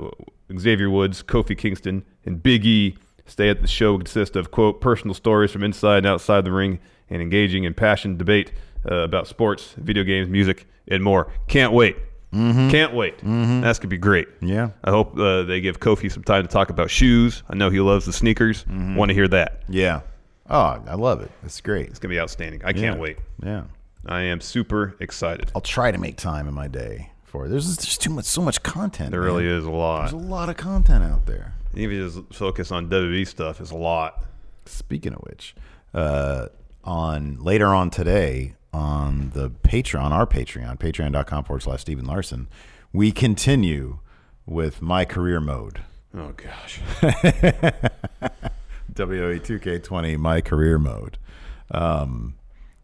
S2: Xavier Woods, Kofi Kingston, and Big E stay at the show consist of quote personal stories from inside and outside the ring, and engaging in passionate debate uh, about sports, video games, music, and more. Can't wait. Can't wait. That's gonna be great.
S1: Mm-hmm. Yeah.
S2: I hope uh, they give Kofi some time to talk about shoes. I know he loves the sneakers.
S1: Mm-hmm.
S2: Want to hear that?
S1: Yeah. Oh, I love it. It's great.
S2: It's gonna be outstanding. I can't
S1: Yeah.
S2: wait.
S1: Yeah.
S2: I am super excited.
S1: I'll try to make time in my day for it. There's just too much, so much content.
S2: There
S1: man.
S2: really is a
S1: There's
S2: lot.
S1: a lot of content out there.
S2: Even just focus on WWE stuff is a lot.
S1: Speaking of which, uh, on later on today on the Patreon, our Patreon, patreon.com forward slash Stephen Larson, we continue with my career mode.
S2: Oh gosh.
S1: WWE 2K20 My Career Mode. Um,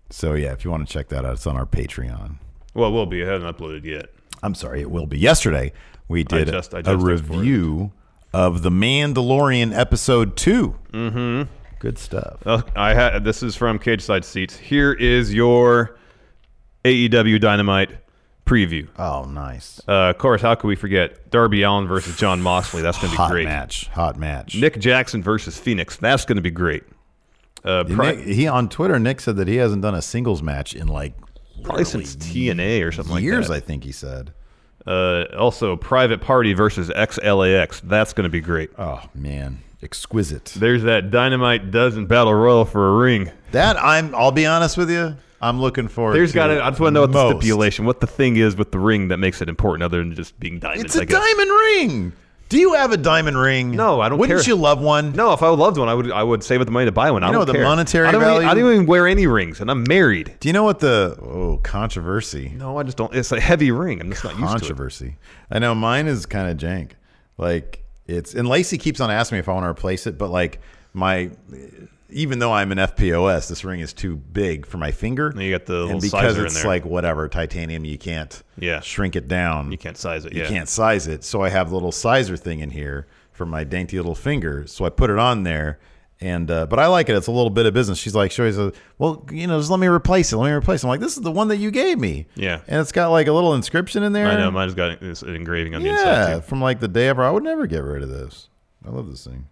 S1: so yeah, if you want to check that out, it's on our Patreon.
S2: Well, it will be. I haven't uploaded yet.
S1: I'm sorry, it will be. Yesterday we did
S2: just- I
S1: a
S2: just exported.
S1: review of the Mandalorian episode 2 Mm-hmm. Good stuff.
S2: Uh, I ha- this is from Cage Side Seats. Here is your AEW Dynamite preview.
S1: Oh, nice.
S2: Uh, of course, how could we forget Darby Allen versus John Moxley? That's going to be
S1: Hot
S2: great.
S1: match. Hot match.
S2: Nick Jackson versus Phoenix. That's going to be great. Uh, pri-
S1: Nick- he on Twitter, Nick said that he hasn't done a singles match in like
S2: probably since TNA or something
S1: years.
S2: like
S1: I think he said.
S2: that. uh, also, Private Party versus XLAX. That's going to be great.
S1: Oh man, exquisite.
S2: There's that Dynamite dozen battle royal for a ring.
S1: That I'm. I'll be honest with you. I'm looking forward.
S2: There's
S1: to
S2: got to. I just want to know what the
S1: most.
S2: stipulation, what the thing is with the ring that makes it important, other than just being diamonds.
S1: It's
S2: I
S1: a
S2: guess.
S1: diamond ring. Do you have a diamond ring?
S2: No, I don't
S1: Wouldn't
S2: care.
S1: you love one?
S2: No, if I loved one, I would. I would save up the money to buy one. I
S1: You know
S2: don't
S1: the
S2: care.
S1: monetary
S2: I don't Even, I
S1: value?
S2: don't even wear any rings, and I'm married.
S1: Do you know what the oh controversy?
S2: No, I just don't. It's a heavy ring. I'm just not used to it.
S1: Controversy. I know mine is kind of jank. Like it's and Lacey keeps on asking me if I want to replace it, but like my even though I'm an FPOS, this ring is too big for my finger.
S2: And you got the
S1: and
S2: little
S1: because
S2: sizer in
S1: it's
S2: there.
S1: like whatever titanium, you can't
S2: Yeah.
S1: shrink it down.
S2: You can't size it.
S1: you
S2: yeah.
S1: can't size it. So I have a little sizer thing in here for my dainty little finger. So I put it on there. And uh, but I like it. It's a little bit of business. She's like, she always says, "Well, you know, just let me replace it. Let me replace." it. I'm like, "This is the one that you gave me."
S2: Yeah.
S1: and it's got like a little inscription in there.
S2: I know. Mine's got this engraving on the inside
S1: Yeah,
S2: too.
S1: from like the day ever. I would never get rid of this. I love this thing,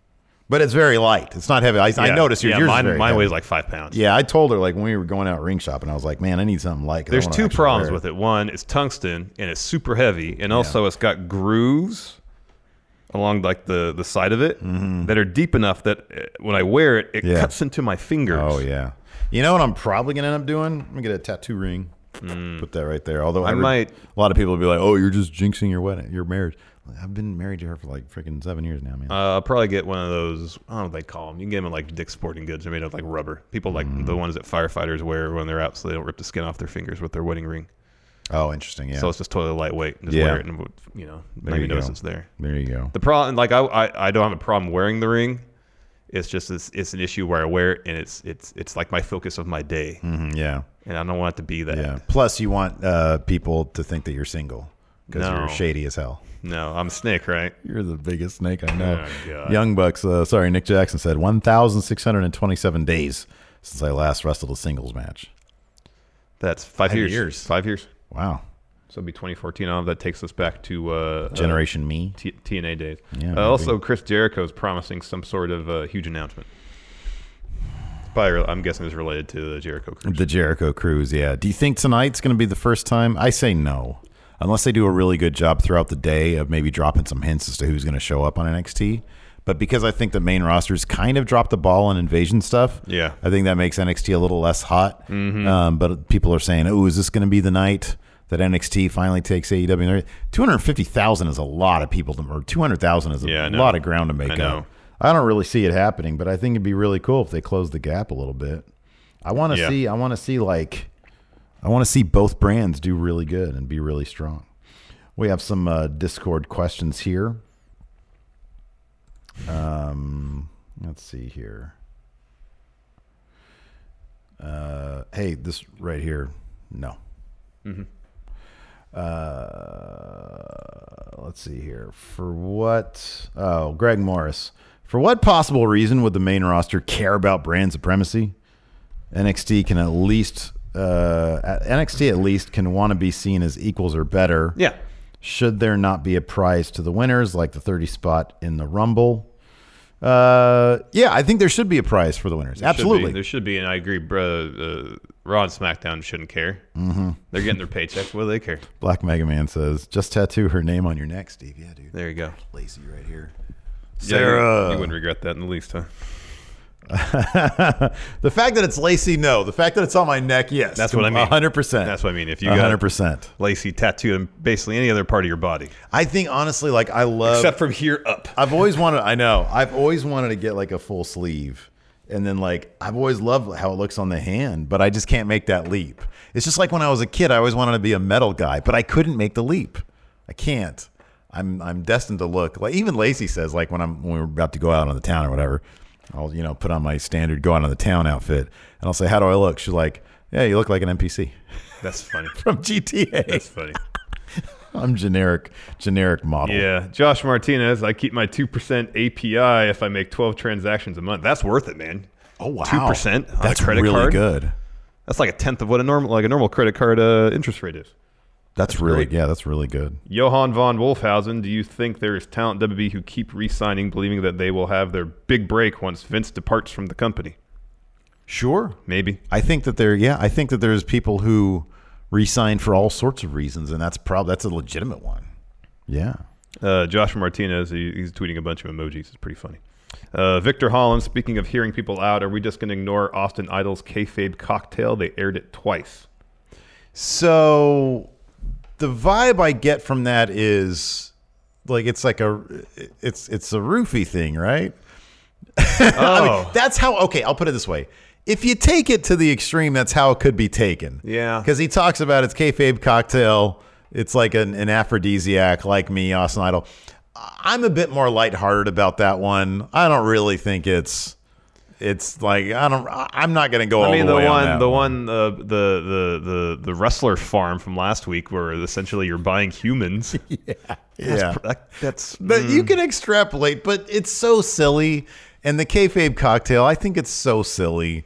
S1: but it's very light. It's not heavy. I, I
S2: Yeah.
S1: noticed your
S2: yeah,
S1: yours. is
S2: mine,
S1: very
S2: mine
S1: heavy.
S2: weighs like five pounds.
S1: Yeah, I told her like when we were going out ring shopping, I was like, "Man, I need something light." 'cause I
S2: There's
S1: wanna
S2: two
S1: actually
S2: problems
S1: wear
S2: with it. One, it's tungsten and it's super heavy, and also it's got grooves along like the the side of it that are deep enough that uh, when I wear it, it
S1: Mm-hmm. Yeah.
S2: cuts into my fingers.
S1: Oh yeah. You know what I'm probably gonna end up doing? I'm gonna get a tattoo ring. Put that right there. Although I,
S2: Hmm. I
S1: would-
S2: might-
S1: A lot of people would be like, "Oh, you're just jinxing your wedding, your marriage." Like, I've been married to her for like freaking seven years now, man.
S2: Uh, I'll probably get one of those. I don't know what they call them. You can get them at like Dick's Sporting Goods. They're made of like rubber. People like
S1: Mm.
S2: the ones that firefighters wear when they're out, so they don't rip the skin off their fingers with their wedding ring.
S1: oh, interesting. Yeah.
S2: So it's just totally lightweight. Just
S1: Yeah.
S2: wear it and you know,
S1: There
S2: not even
S1: you
S2: notice
S1: go.
S2: it's there.
S1: there you go.
S2: The problem, like I, I, I don't have a problem wearing the ring. It's just it's, it's an issue where I wear it and it's it's it's like my focus of my day,
S1: Mhm, yeah.
S2: and I don't want it to be that.
S1: Yeah. Plus, you want uh, people to think that you're single because
S2: No.
S1: you're shady as hell.
S2: No, I'm a snake, right?
S1: You're the biggest snake I know.
S2: Oh, God.
S1: Young Bucks, uh, sorry, Nick Jackson said 1,627 days since I last wrestled a singles match.
S2: That's five
S1: Five
S2: years.
S1: years.
S2: Five years.
S1: Wow.
S2: So it'll be 2014 on. That takes us back to uh, uh,
S1: Generation me.
S2: T- TNA days.
S1: Yeah,
S2: Uh,
S1: maybe.
S2: also, Chris Jericho is promising some sort of uh, huge announcement. It's Probably, re- I'm guessing it's related to the Jericho cruise.
S1: The Jericho Cruise, yeah. Do you think tonight's going to be the first time? I say no. Unless they do a really good job throughout the day of maybe dropping some hints as to who's going to show up on NXT. But because I think the main roster's kind of dropped the ball on invasion stuff,
S2: Yeah. Mm-hmm.
S1: I think that makes NXT a little less hot. Um, but people are saying, "Oh, is this going to be the night that NXT finally takes E AEW?" Two hundred fifty thousand is a lot of people to, or two hundred thousand is a
S2: Yeah, I know.
S1: lot of ground to make
S2: I know.
S1: up. I don't really see it happening, but I think it'd be really cool if they close the gap a little bit. I want to
S2: Yeah.
S1: see. I want to see like. I want to see both brands do really good and be really strong. We have some uh, Discord questions here. Um, let's see here. Uh, hey, this right here. No.
S2: Mm-hmm.
S1: Uh, let's see here. For what? Oh, Greg Morris. For what possible reason would the main roster care about brand supremacy? NXT can at least uh, at- NXT at least can want to be seen as equals or better.
S2: Yeah.
S1: Should there not be a prize to the winners, like the thirty spot in the Rumble? Uh, yeah, I think there should be a prize for the winners.
S2: Should be,
S1: Absolutely.
S2: there should be, and I agree, bro. Uh, Raw and SmackDown shouldn't care. Mm-hmm. They're getting their paychecks. What do they care?
S1: Black Mega Man says, "Just tattoo her name on your neck, Steve." Yeah, dude.
S2: There you go.
S1: Lazy right here.
S2: Yeah, you-
S1: Sarah.
S2: you wouldn't regret that in the least, huh?
S1: the fact that it's lacy, no. The fact that it's on my neck, yes.
S2: That's what I mean.
S1: hundred percent.
S2: That's what I mean. If you got-
S1: hundred percent.
S2: Lacey tattooed in basically any other part of your body, Uh,
S1: I think honestly, like I love.
S2: except from here up.
S1: I've always wanted. I know. I've always wanted to get like a full sleeve, and then like I've always loved how it looks on the hand, but I just can't make that leap. It's just like when I was a kid, I always wanted to be a metal guy, but I couldn't make the leap. I can't. I'm I'm destined to look like even Lacey says like when I'm when we're about to go out on the town or whatever, I'll you know put on my standard go out on the town outfit, and I'll say how do I look? She's like, yeah, you look like an NPC
S2: That's funny.
S1: from GTA.
S2: That's funny.
S1: I'm generic generic model.
S2: Yeah, Josh Martinez. I keep my two percent API if I make twelve transactions a month. That's worth it, man.
S1: Oh wow,
S2: 2% on a
S1: That's
S2: credit
S1: really
S2: card?
S1: good.
S2: That's like a tenth of what a normal like a normal credit card uh, interest rate is.
S1: That's, really
S2: great.
S1: yeah, that's really good.
S2: Johan von Wolfhausen, do you think there is talent WB who keep re-signing, believing that they will have their big break once Vince departs from the company?
S1: Sure.
S2: Maybe.
S1: I think that there yeah, I think that there's people who resign for all sorts of reasons and that's probably that's a legitimate one. Yeah.
S2: Uh, Joshua Martinez, he, he's tweeting a bunch of emojis. It's pretty funny. Uh, Victor Holland, speaking of hearing people out, are we just going to ignore Austin Idol's kayfabe cocktail? They aired it twice.
S1: So the vibe I get from that is like it's like a it's it's a roofie thing, right? I mean,
S2: Oh.
S1: that's how. Okay, I'll put it this way: if you take it to the extreme, that's how it could be taken.
S2: Yeah.
S1: because he talks about it's kayfabe cocktail. It's like an, an aphrodisiac, like me, Austin Idol. I'm a bit more lighthearted about that one. I don't really think it's. It's like I don't. I- I'm not going to go.
S2: I
S1: all
S2: mean,
S1: the,
S2: the,
S1: way on
S2: one,
S1: that
S2: the one, uh, the the the the wrestler farm from last week, where essentially you're buying humans.
S1: Yeah.
S2: That- that's mm.
S1: But you can extrapolate, but it's so silly. And the kayfabe cocktail, I think it's so silly.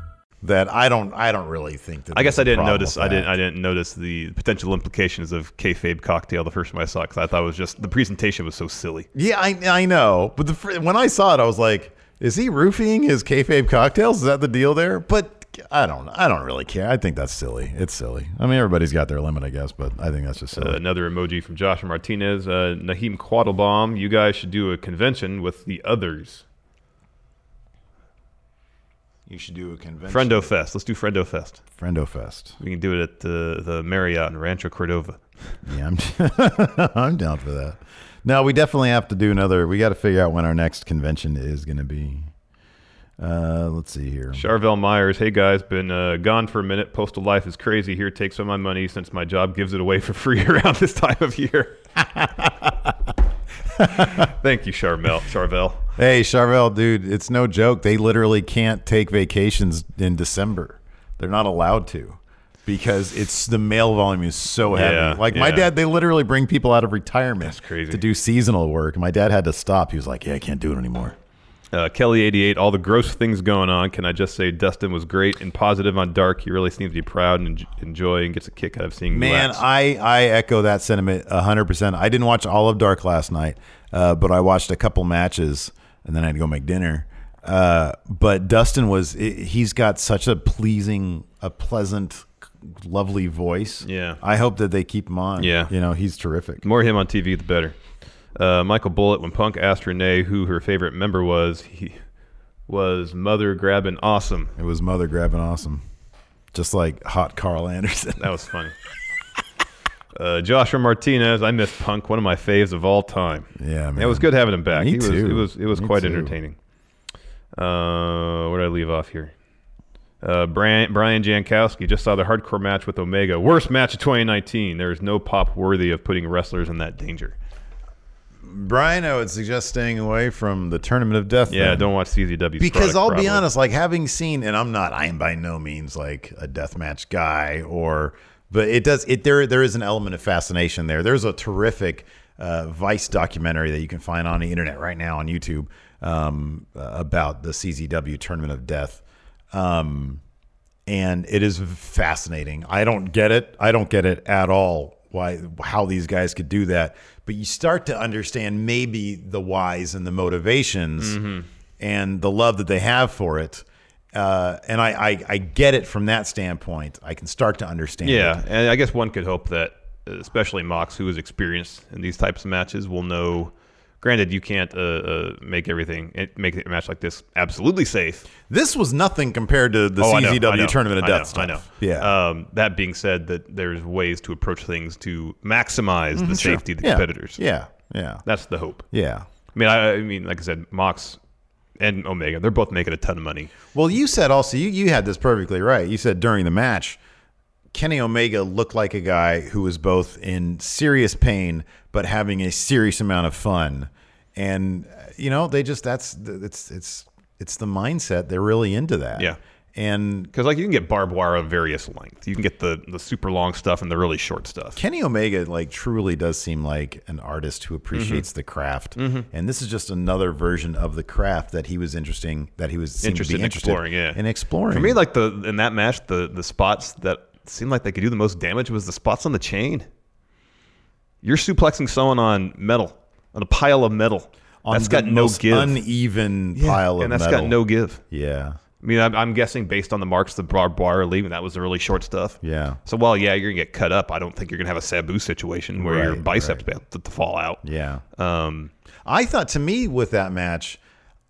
S1: That I don't. I don't really think that.
S2: I guess
S1: there's
S2: I
S1: a
S2: didn't
S1: problem
S2: notice.
S1: with
S2: I didn't.
S1: that.
S2: I didn't notice the potential implications of kayfabe cocktail the first time I saw it because I thought it was just the presentation was so silly.
S1: Yeah, I, I know. But the, fr- when I saw it, I was like, "Is he roofing his kayfabe cocktails? Is that the deal there?" But I don't. I don't really care. I think that's silly. It's silly. I mean, everybody's got their limit, I guess. But I think that's just
S2: Uh,
S1: silly.
S2: another emoji from Joshua Martinez. Uh, Naheem Quattlebaum, you guys should do a convention with the others.
S1: you should do a convention.
S2: Friendo Fest. Let's do Friendo Fest.
S1: Friendo Fest.
S2: We can do it at the the Marriott in Rancho Cordova.
S1: Yeah, I'm, I'm down for that. No, we definitely have to do another. We got to figure out when our next convention is going to be. Uh, let's see here.
S2: Charvel Myers, hey guys, been uh, gone for a minute. Postal life is crazy. Here, take some of my money since my job gives it away for free around this time of year. Thank you, Charmel. Charvel.
S1: Hey, Charvel, dude, it's no joke. They literally can't take vacations in December. They're not allowed to because it's the mail volume is so heavy.
S2: Yeah,
S1: like my
S2: yeah.
S1: dad, they literally bring people out of retirement That's
S2: crazy.
S1: to do seasonal work. My dad had to stop. He was like, "Yeah, I can't do it anymore."
S2: Uh, Kelly88, all the gross things going on. Can I just say Dustin was great and positive on Dark? He really seems to be proud and en- enjoy and gets a kick out of seeing
S1: Man,
S2: Glass.
S1: I, I echo that sentiment 100%. I didn't watch all of Dark last night, uh, but I watched a couple matches and then I had to go make dinner. Uh, but Dustin was, i he's got such a pleasing, a pleasant, lovely voice.
S2: Yeah.
S1: I hope that they keep him on.
S2: Yeah.
S1: You know, he's terrific.
S2: The more him on TV, the better. Uh, Michael Bullitt, when Punk asked Renee who her favorite member was, he was mother grabbing awesome.
S1: It was mother grabbing awesome. Just like hot Carl Anderson.
S2: That was funny. Uh, Joshua Martinez, I miss Punk, one of my faves of all time.
S1: Yeah, man.
S2: it was good having him back.
S1: Me
S2: he
S1: too.
S2: Was, it was it was
S1: Me
S2: quite
S1: too.
S2: entertaining. Uh, where did I leave off here? Uh, Brian, Brian Jankowski just saw the hardcore match with Omega. Worst match of 2019. There is no pop worthy of putting wrestlers in that danger.
S1: Brian, I would suggest staying away from the Tournament of Death.
S2: Yeah,
S1: then.
S2: don't watch CZW.
S1: because
S2: product,
S1: I'll
S2: probably.
S1: be honest, like having seen, and I'm not, I am by no means like a deathmatch guy, or but it does it there there is an element of fascination there. There's a terrific uh, Vice documentary that you can find on the internet right now on YouTube um, uh, about the CZW Tournament of Death. Um, and it is fascinating. I don't get it. I don't get it at all why how these guys could do that. But you start to understand maybe the whys and the motivations
S2: Mm-hmm.
S1: and the love that they have for it. Uh, and I, I I get it from that standpoint. I can start to understand.
S2: Yeah,
S1: it.
S2: and I guess one could hope that, uh, especially Mox, who is experienced in these types of matches, will know. Granted, you can't uh, uh, make everything it- make a match like this absolutely safe.
S1: This was nothing compared to the
S2: Oh, I know,
S1: CZW
S2: I know,
S1: Tournament of
S2: I
S1: Death
S2: know,
S1: stuff.
S2: I know.
S1: Yeah.
S2: Um, that being said, that there's ways to approach things to maximize the safety of the
S1: Mm-hmm. yeah.
S2: competitors.
S1: Yeah. Yeah.
S2: That's the hope.
S1: Yeah.
S2: I mean, I, I mean, like I said, Mox and Omega, they're both making a ton of money.
S1: Well, you said also you you had this perfectly right. You said during the match, Kenny Omega looked like a guy who was both in serious pain but having a serious amount of fun, and uh, you know they just that's it's it's it's the mindset they're really into that.
S2: Yeah.
S1: and
S2: Because like you can get barbed wire of various length. You can get the the super long stuff and the really short stuff.
S1: Kenny Omega like truly does seem like an artist who
S2: Mm-hmm.
S1: appreciates the craft, and this is just another version of the craft that he was interesting that he was seemed to
S2: interested
S1: be
S2: in exploring. Yeah,
S1: in exploring.
S2: For me, like the in that match, the the spots that seemed like they could do the most damage was the spots on the chain. You're suplexing someone on metal, on a pile of metal.
S1: on
S2: that's
S1: the
S2: got no
S1: most
S2: give.
S1: uneven pile of
S2: and that's
S1: metal.
S2: got no give.
S1: Yeah.
S2: I mean, I'm, I'm guessing based on the marks the barbed wire leaving, that was the really short stuff.
S1: Yeah.
S2: So while yeah, you're gonna get cut up, I don't think you're gonna have a Sabu situation where your
S1: Right,
S2: biceps about to, to fall out.
S1: Yeah.
S2: Um,
S1: I thought to me with that match,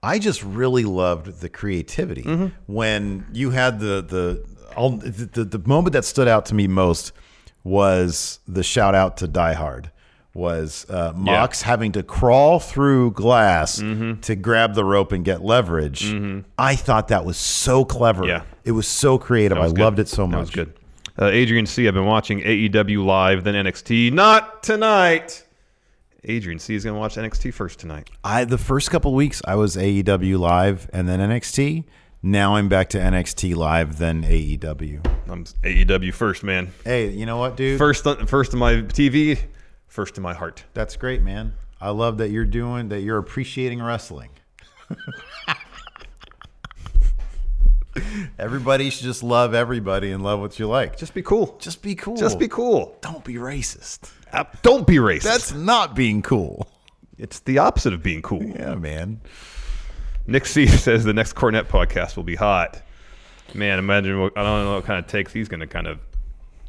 S1: I just really loved the creativity
S2: Mm-hmm.
S1: when you had the the all the, the the moment that stood out to me most was the shout out to Die Hard was uh, Mox having to crawl through glass
S2: Mm-hmm.
S1: to grab the rope and get leverage. I thought that was so clever.
S2: Yeah.
S1: It was so creative.
S2: That was
S1: I
S2: good.
S1: loved it so much.
S2: That was good. Uh, Adrian C. I've been watching AEW live, then NXT. Not tonight. Adrian C. is going to watch NXT first tonight.
S1: I the first couple weeks I was AEW live and then NXT. Now I'm back to NXT live then AEW.
S2: I'm s- AEW first, man.
S1: Hey, you know what, dude?
S2: First, on- first in my TV, first in my heart.
S1: That's great, man. I love that you're doing that. You're appreciating wrestling. everybody should just love everybody and love what you like. Just
S2: Just be cool. Just,
S1: just be cool.
S2: be cool.
S1: Don't be racist.
S2: Uh, Don't be racist.
S1: That's not being cool.
S2: it's the opposite of being cool.
S1: Yeah, man.
S2: Nick C says the next Cornet podcast will be hot. Man, imagine what I don't know what kind of takes he's going to kind of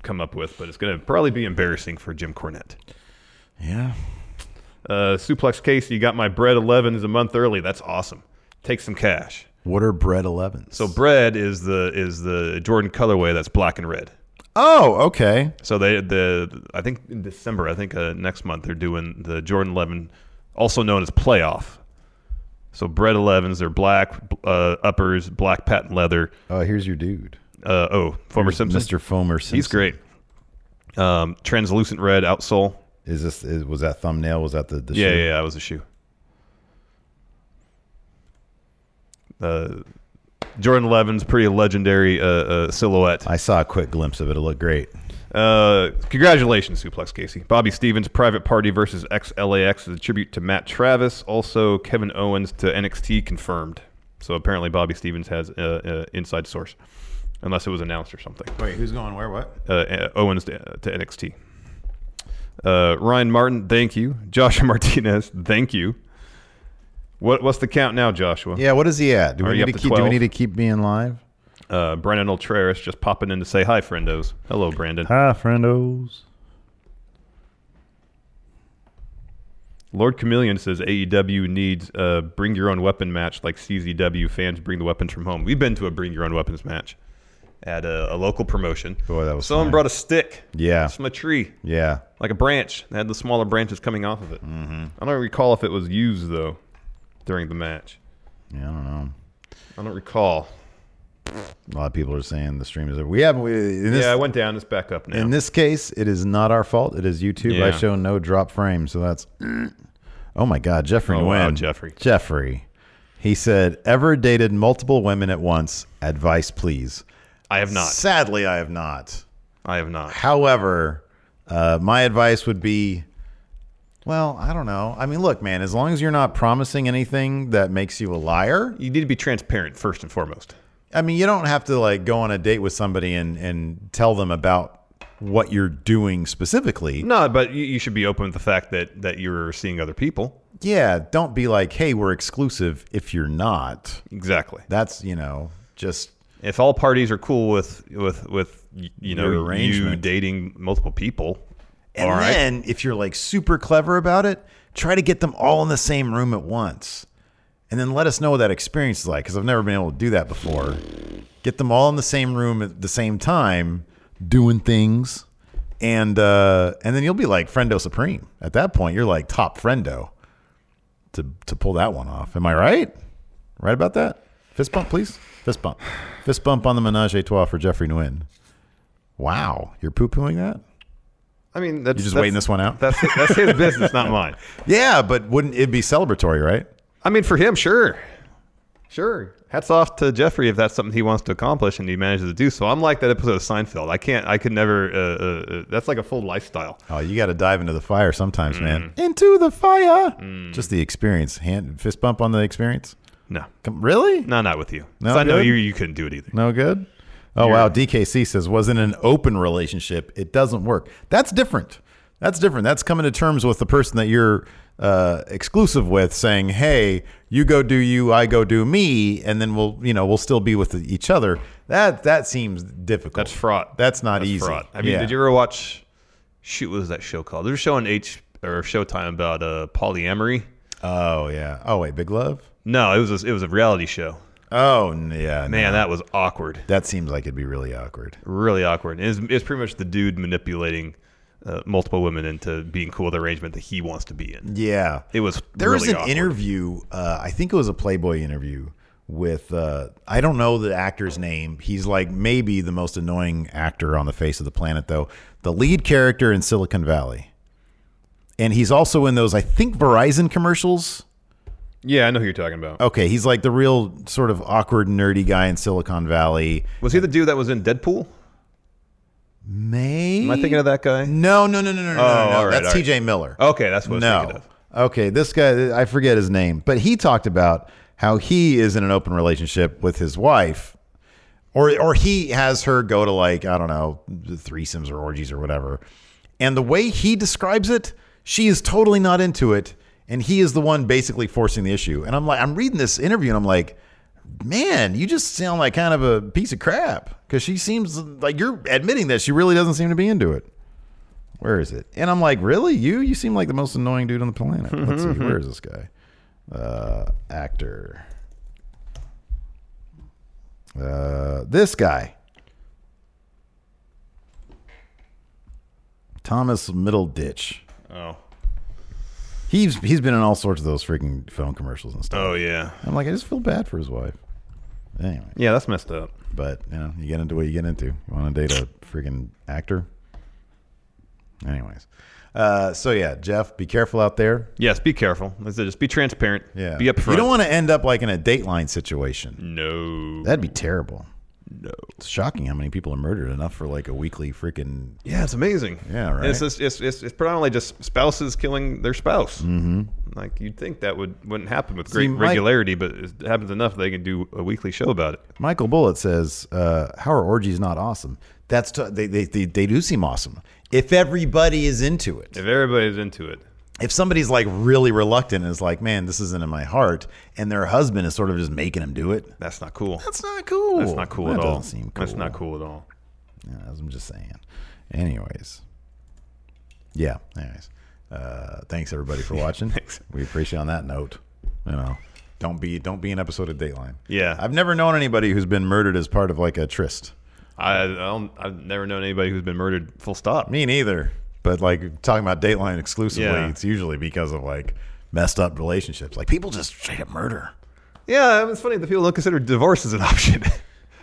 S2: come up with, but it's going to probably be embarrassing for Jim Cornette.
S1: Yeah.
S2: Uh, Suplex Casey, you got my bread 11s a month early. That's awesome. Take some cash.
S1: What are bread 11s?
S2: So bread is the is the Jordan colorway that's black and red.
S1: oh, okay.
S2: So they the I think in December, I think uh, next month they're doing the Jordan 11, also known as playoff. So bread 11s, they're black uh, uppers, black patent leather.
S1: Oh, here's your dude,
S2: Uh, oh, former Simpson,
S1: Mr. Fomer. Simpson.
S2: he's great. Um, translucent red outsole.
S1: Is this is, was that thumbnail? Was that the, the
S2: Yeah,
S1: shoe?
S2: yeah, yeah, that was a shoe. uh, Jordan Levin's pretty legendary uh, uh, silhouette.
S1: I saw a quick glimpse of it. It looked great.
S2: Uh, congratulations, Suplex Casey. Bobby Stevens, Private Party versus XLAX is a tribute to Matt Travis. Also, Kevin Owens to NXT confirmed. So apparently, Bobby Stevens has uh, uh, inside source, unless it was announced or something.
S1: Wait, who's going where? What?
S2: Uh, uh, Owens to, to NXT. Uh, Ryan Martin, thank you. Joshua Martinez, thank you. What what's the count now, Joshua?
S1: Yeah, what is he at? Do
S2: Are
S1: we,
S2: you
S1: need to
S2: up to
S1: keep, do we
S2: 12?
S1: need to keep being live?
S2: Uh, Brandon Ultreris just popping in to say hi, friendos. Hello, Brandon.
S1: Hi, friendos.
S2: Lord Chameleon says AEW needs a bring your own weapon match like CZW fans bring the weapons from home. We've been to a bring your own weapons match at a, a local promotion.
S1: Boy, that was
S2: someone
S1: fun.
S2: brought a stick.
S1: Yeah.
S2: from a tree,
S1: Yeah.
S2: like a branch. They had the smaller branches coming off of it. Mm-hmm. I don't recall if it was used though during the match.
S1: Yeah, I don't know.
S2: I don't recall.
S1: A lot of people are saying the stream is over. We haven't. We, in, this,
S2: yeah, I went down. It's back up now.
S1: in this case, it is not our fault. It is YouTube. I
S2: Yeah.
S1: show no drop frame, so that's. Oh my God, Jeffrey
S2: Oh, wow,
S1: Nguyen.
S2: Jeffrey.
S1: Jeffrey. He said, "Ever dated multiple women at once? Advice, please."
S2: I have not.
S1: Sadly, I have not.
S2: I have not.
S1: However, uh, my advice would be well, I don't know. I mean, look, man, as long as you're not promising anything that makes you a liar,
S2: You need to be transparent first and foremost.
S1: I mean, you don't have to like go on a date with somebody and, and tell them about what you're doing specifically.
S2: No, but you, you should be open with the fact that that you're seeing other people.
S1: Yeah, don't be like, hey, we're exclusive if you're not.
S2: Exactly.
S1: That's, you know, just
S2: if all parties are cool with with with y- you know
S1: Your
S2: you
S1: arrangement.
S2: dating multiple people,
S1: and
S2: all right.
S1: then if you're like super clever about it, try to get them all in the same room at once. And then let us know what that experience is like because I've never been able to do that before. Get them all in the same room at the same time doing things. And uh, and then you'll be like friendo supreme. At that point, you're like top friendo to to pull that one off. Am I right? Right about that? Fist bump, please. Fist bump. Fist bump on the menage a trois for Jeffrey Nguyen. Wow, you're poo pooing that?
S2: I mean, that's
S1: You just
S2: that's-
S1: waiting this one out?
S2: That's that's his business, not mine.
S1: Yeah, but wouldn't it be celebratory, right?
S2: I mean, for him, sure, sure. Hats off to Jeffrey if that's something he wants to accomplish and he manages to do so. I'm like that episode of Seinfeld. I can't. I could never. Uh, uh, uh, that's like a full lifestyle.
S1: Oh, you got to dive into the fire sometimes, man.
S2: Mm.
S1: Into the fire. Just the experience. Hand fist bump on the experience.
S2: No,
S1: Come, really?
S2: no, not with you.
S1: No
S2: So I know
S1: good?
S2: you. You couldn't do it either.
S1: No good. Oh wow, DKC says was in an open relationship. It doesn't work. That's different. That's different. That's coming to terms with the person that you're uh, exclusive with, saying, "Hey, you go do you, I go do me, and then we'll, you know, we'll still be with each other." That that seems difficult.
S2: That's fraught.
S1: That's not
S2: That's
S1: easy.
S2: fraught. I mean,
S1: Yeah.
S2: did you ever watch? Shoot, what was that show called? They were showing H or Showtime about uh, polyamory.
S1: Oh yeah. Oh wait, Big Love.
S2: No, it was a, it was a reality show.
S1: Oh n- yeah, no.
S2: Man, that was awkward.
S1: That seems like it'd be really awkward.
S2: Really awkward. And It's it's pretty much the dude manipulating uh, multiple women into being cool with the arrangement that he wants to be in.
S1: Yeah,
S2: It was
S1: There was
S2: really
S1: an
S2: awkward.
S1: interview. Uh, I think it was a Playboy interview with uh, I don't know the actor's name. He's like maybe the most annoying actor on the face of the planet, though. The lead character in Silicon Valley, and he's also in those I think Verizon commercials.
S2: Yeah, I know who you're talking about.
S1: Okay, he's like the real sort of awkward nerdy guy in Silicon Valley.
S2: Was he the dude that was in Deadpool?
S1: May
S2: Am I thinking of that guy?
S1: No, no, no, no, no, no,
S2: Oh,
S1: no, no.
S2: all right,
S1: That's
S2: all right.
S1: T.J. Miller.
S2: Okay, that's what I was thinking
S1: no.
S2: of.
S1: Okay, this guy, I forget his name, but he talked about how he is in an open relationship with his wife, or or he has her go to like I don't know threesomes or orgies or whatever, and the way he describes it, she is totally not into it, and he is the one basically forcing the issue. And I'm like, I'm reading this interview, and I'm like. Man, you just sound like kind of a piece of crap because she seems like you're admitting that she really doesn't seem to be into it where is it? And I'm like, really? You? You seem like the most annoying dude on the planet. Let's see, where is this guy? Uh, actor. Uh, this guy. Thomas Middleditch.
S2: Oh.
S1: He's he's been in all sorts of those freaking phone commercials and stuff.
S2: Oh, yeah.
S1: I'm like, I just feel bad for his wife. Anyway,
S2: Yeah, that's messed up.
S1: but you know, you get into what you get into. You want to date a freaking actor? Anyways, uh, so yeah, Jeff, be careful out there.
S2: Yes, be careful. Let's Just be transparent.
S1: Yeah,
S2: Be upfront.
S1: You don't want to end up like in a Dateline situation.
S2: No.
S1: That'd be terrible.
S2: No.
S1: It's shocking how many people are murdered enough for like a weekly freaking.
S2: Yeah, it's amazing.
S1: Yeah,
S2: And It's,
S1: right.
S2: just, it's, it's, it's predominantly just spouses killing their spouse. Mm-hmm. Like you'd think that would wouldn't happen with great
S1: See, my-
S2: regularity, but it happens enough they can do a weekly show about it.
S1: Michael Bullet says, uh, "How are orgies not awesome? That's t- they, they they they do seem awesome if everybody is into it.
S2: If everybody's into it,
S1: if somebody's like really reluctant and is like, man, this isn't in my heart, and their husband is sort of just making them do it,
S2: that's not cool. That's,
S1: that's not cool.
S2: not cool
S1: That
S2: at all.
S1: Doesn't seem cool.
S2: That's not cool at all.
S1: Yeah, that's- I'm just saying. Anyways, yeah. Anyways, uh, thanks everybody for watching. We appreciate on that note. You know, don't be don't be an episode of Dateline.
S2: Yeah.
S1: I've never known anybody who's been murdered as part of like a tryst.
S2: I, I don't, I've never known anybody who's been murdered. Full stop.
S1: Me neither. But like talking about Dateline exclusively,
S2: Yeah.
S1: it's usually because of like messed up relationships. Like people just straight up murder.
S2: Yeah, it's funny that people don't consider divorce as an option.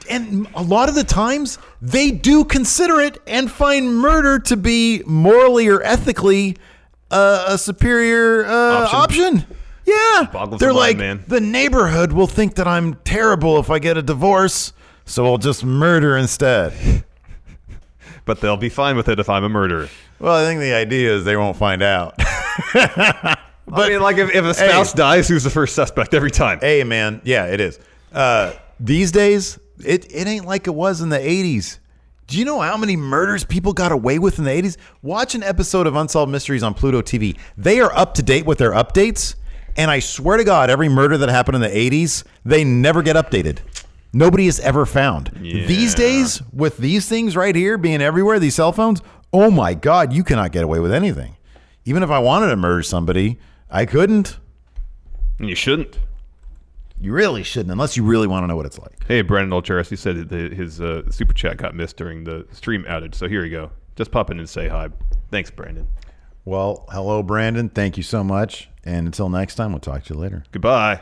S1: And a lot of the times, they do consider it and find murder to be morally or ethically uh, a superior uh, option.
S2: Option.
S1: Yeah,
S2: Boggles
S1: they're
S2: the mind,
S1: like
S2: man.
S1: the neighborhood will think that I'm terrible if I get a divorce, so I'll just murder instead.
S2: but they'll be fine with it if I'm a murderer.
S1: Well, I think the idea is they won't find out. but
S2: I mean, like if, if a spouse dies, who's the first suspect every time?
S1: Hey, man. Yeah, it is. Uh, these days, it, it ain't like it was in the 80s. Do you know how many murders people got away with in the 80s? Watch an episode of Unsolved Mysteries on Pluto TV. They are up to date with their updates. And I swear to God, every murder that happened in the 80s, they never get updated. Nobody is ever found. These days, with these things right here being everywhere, these cell phones, oh my God, you cannot get away with anything. Even if I wanted to murder somebody, I couldn't.
S2: And you shouldn't.
S1: You really shouldn't, unless you really want to know what it's like.
S2: Hey, Brandon Olcharis, he said that the- his uh, super chat got missed during the stream outage. So here you go. Just pop in and say hi. Thanks, Brandon.
S1: Well, hello, Brandon. Thank you so much. And until next time, we'll talk to you later.
S2: Goodbye.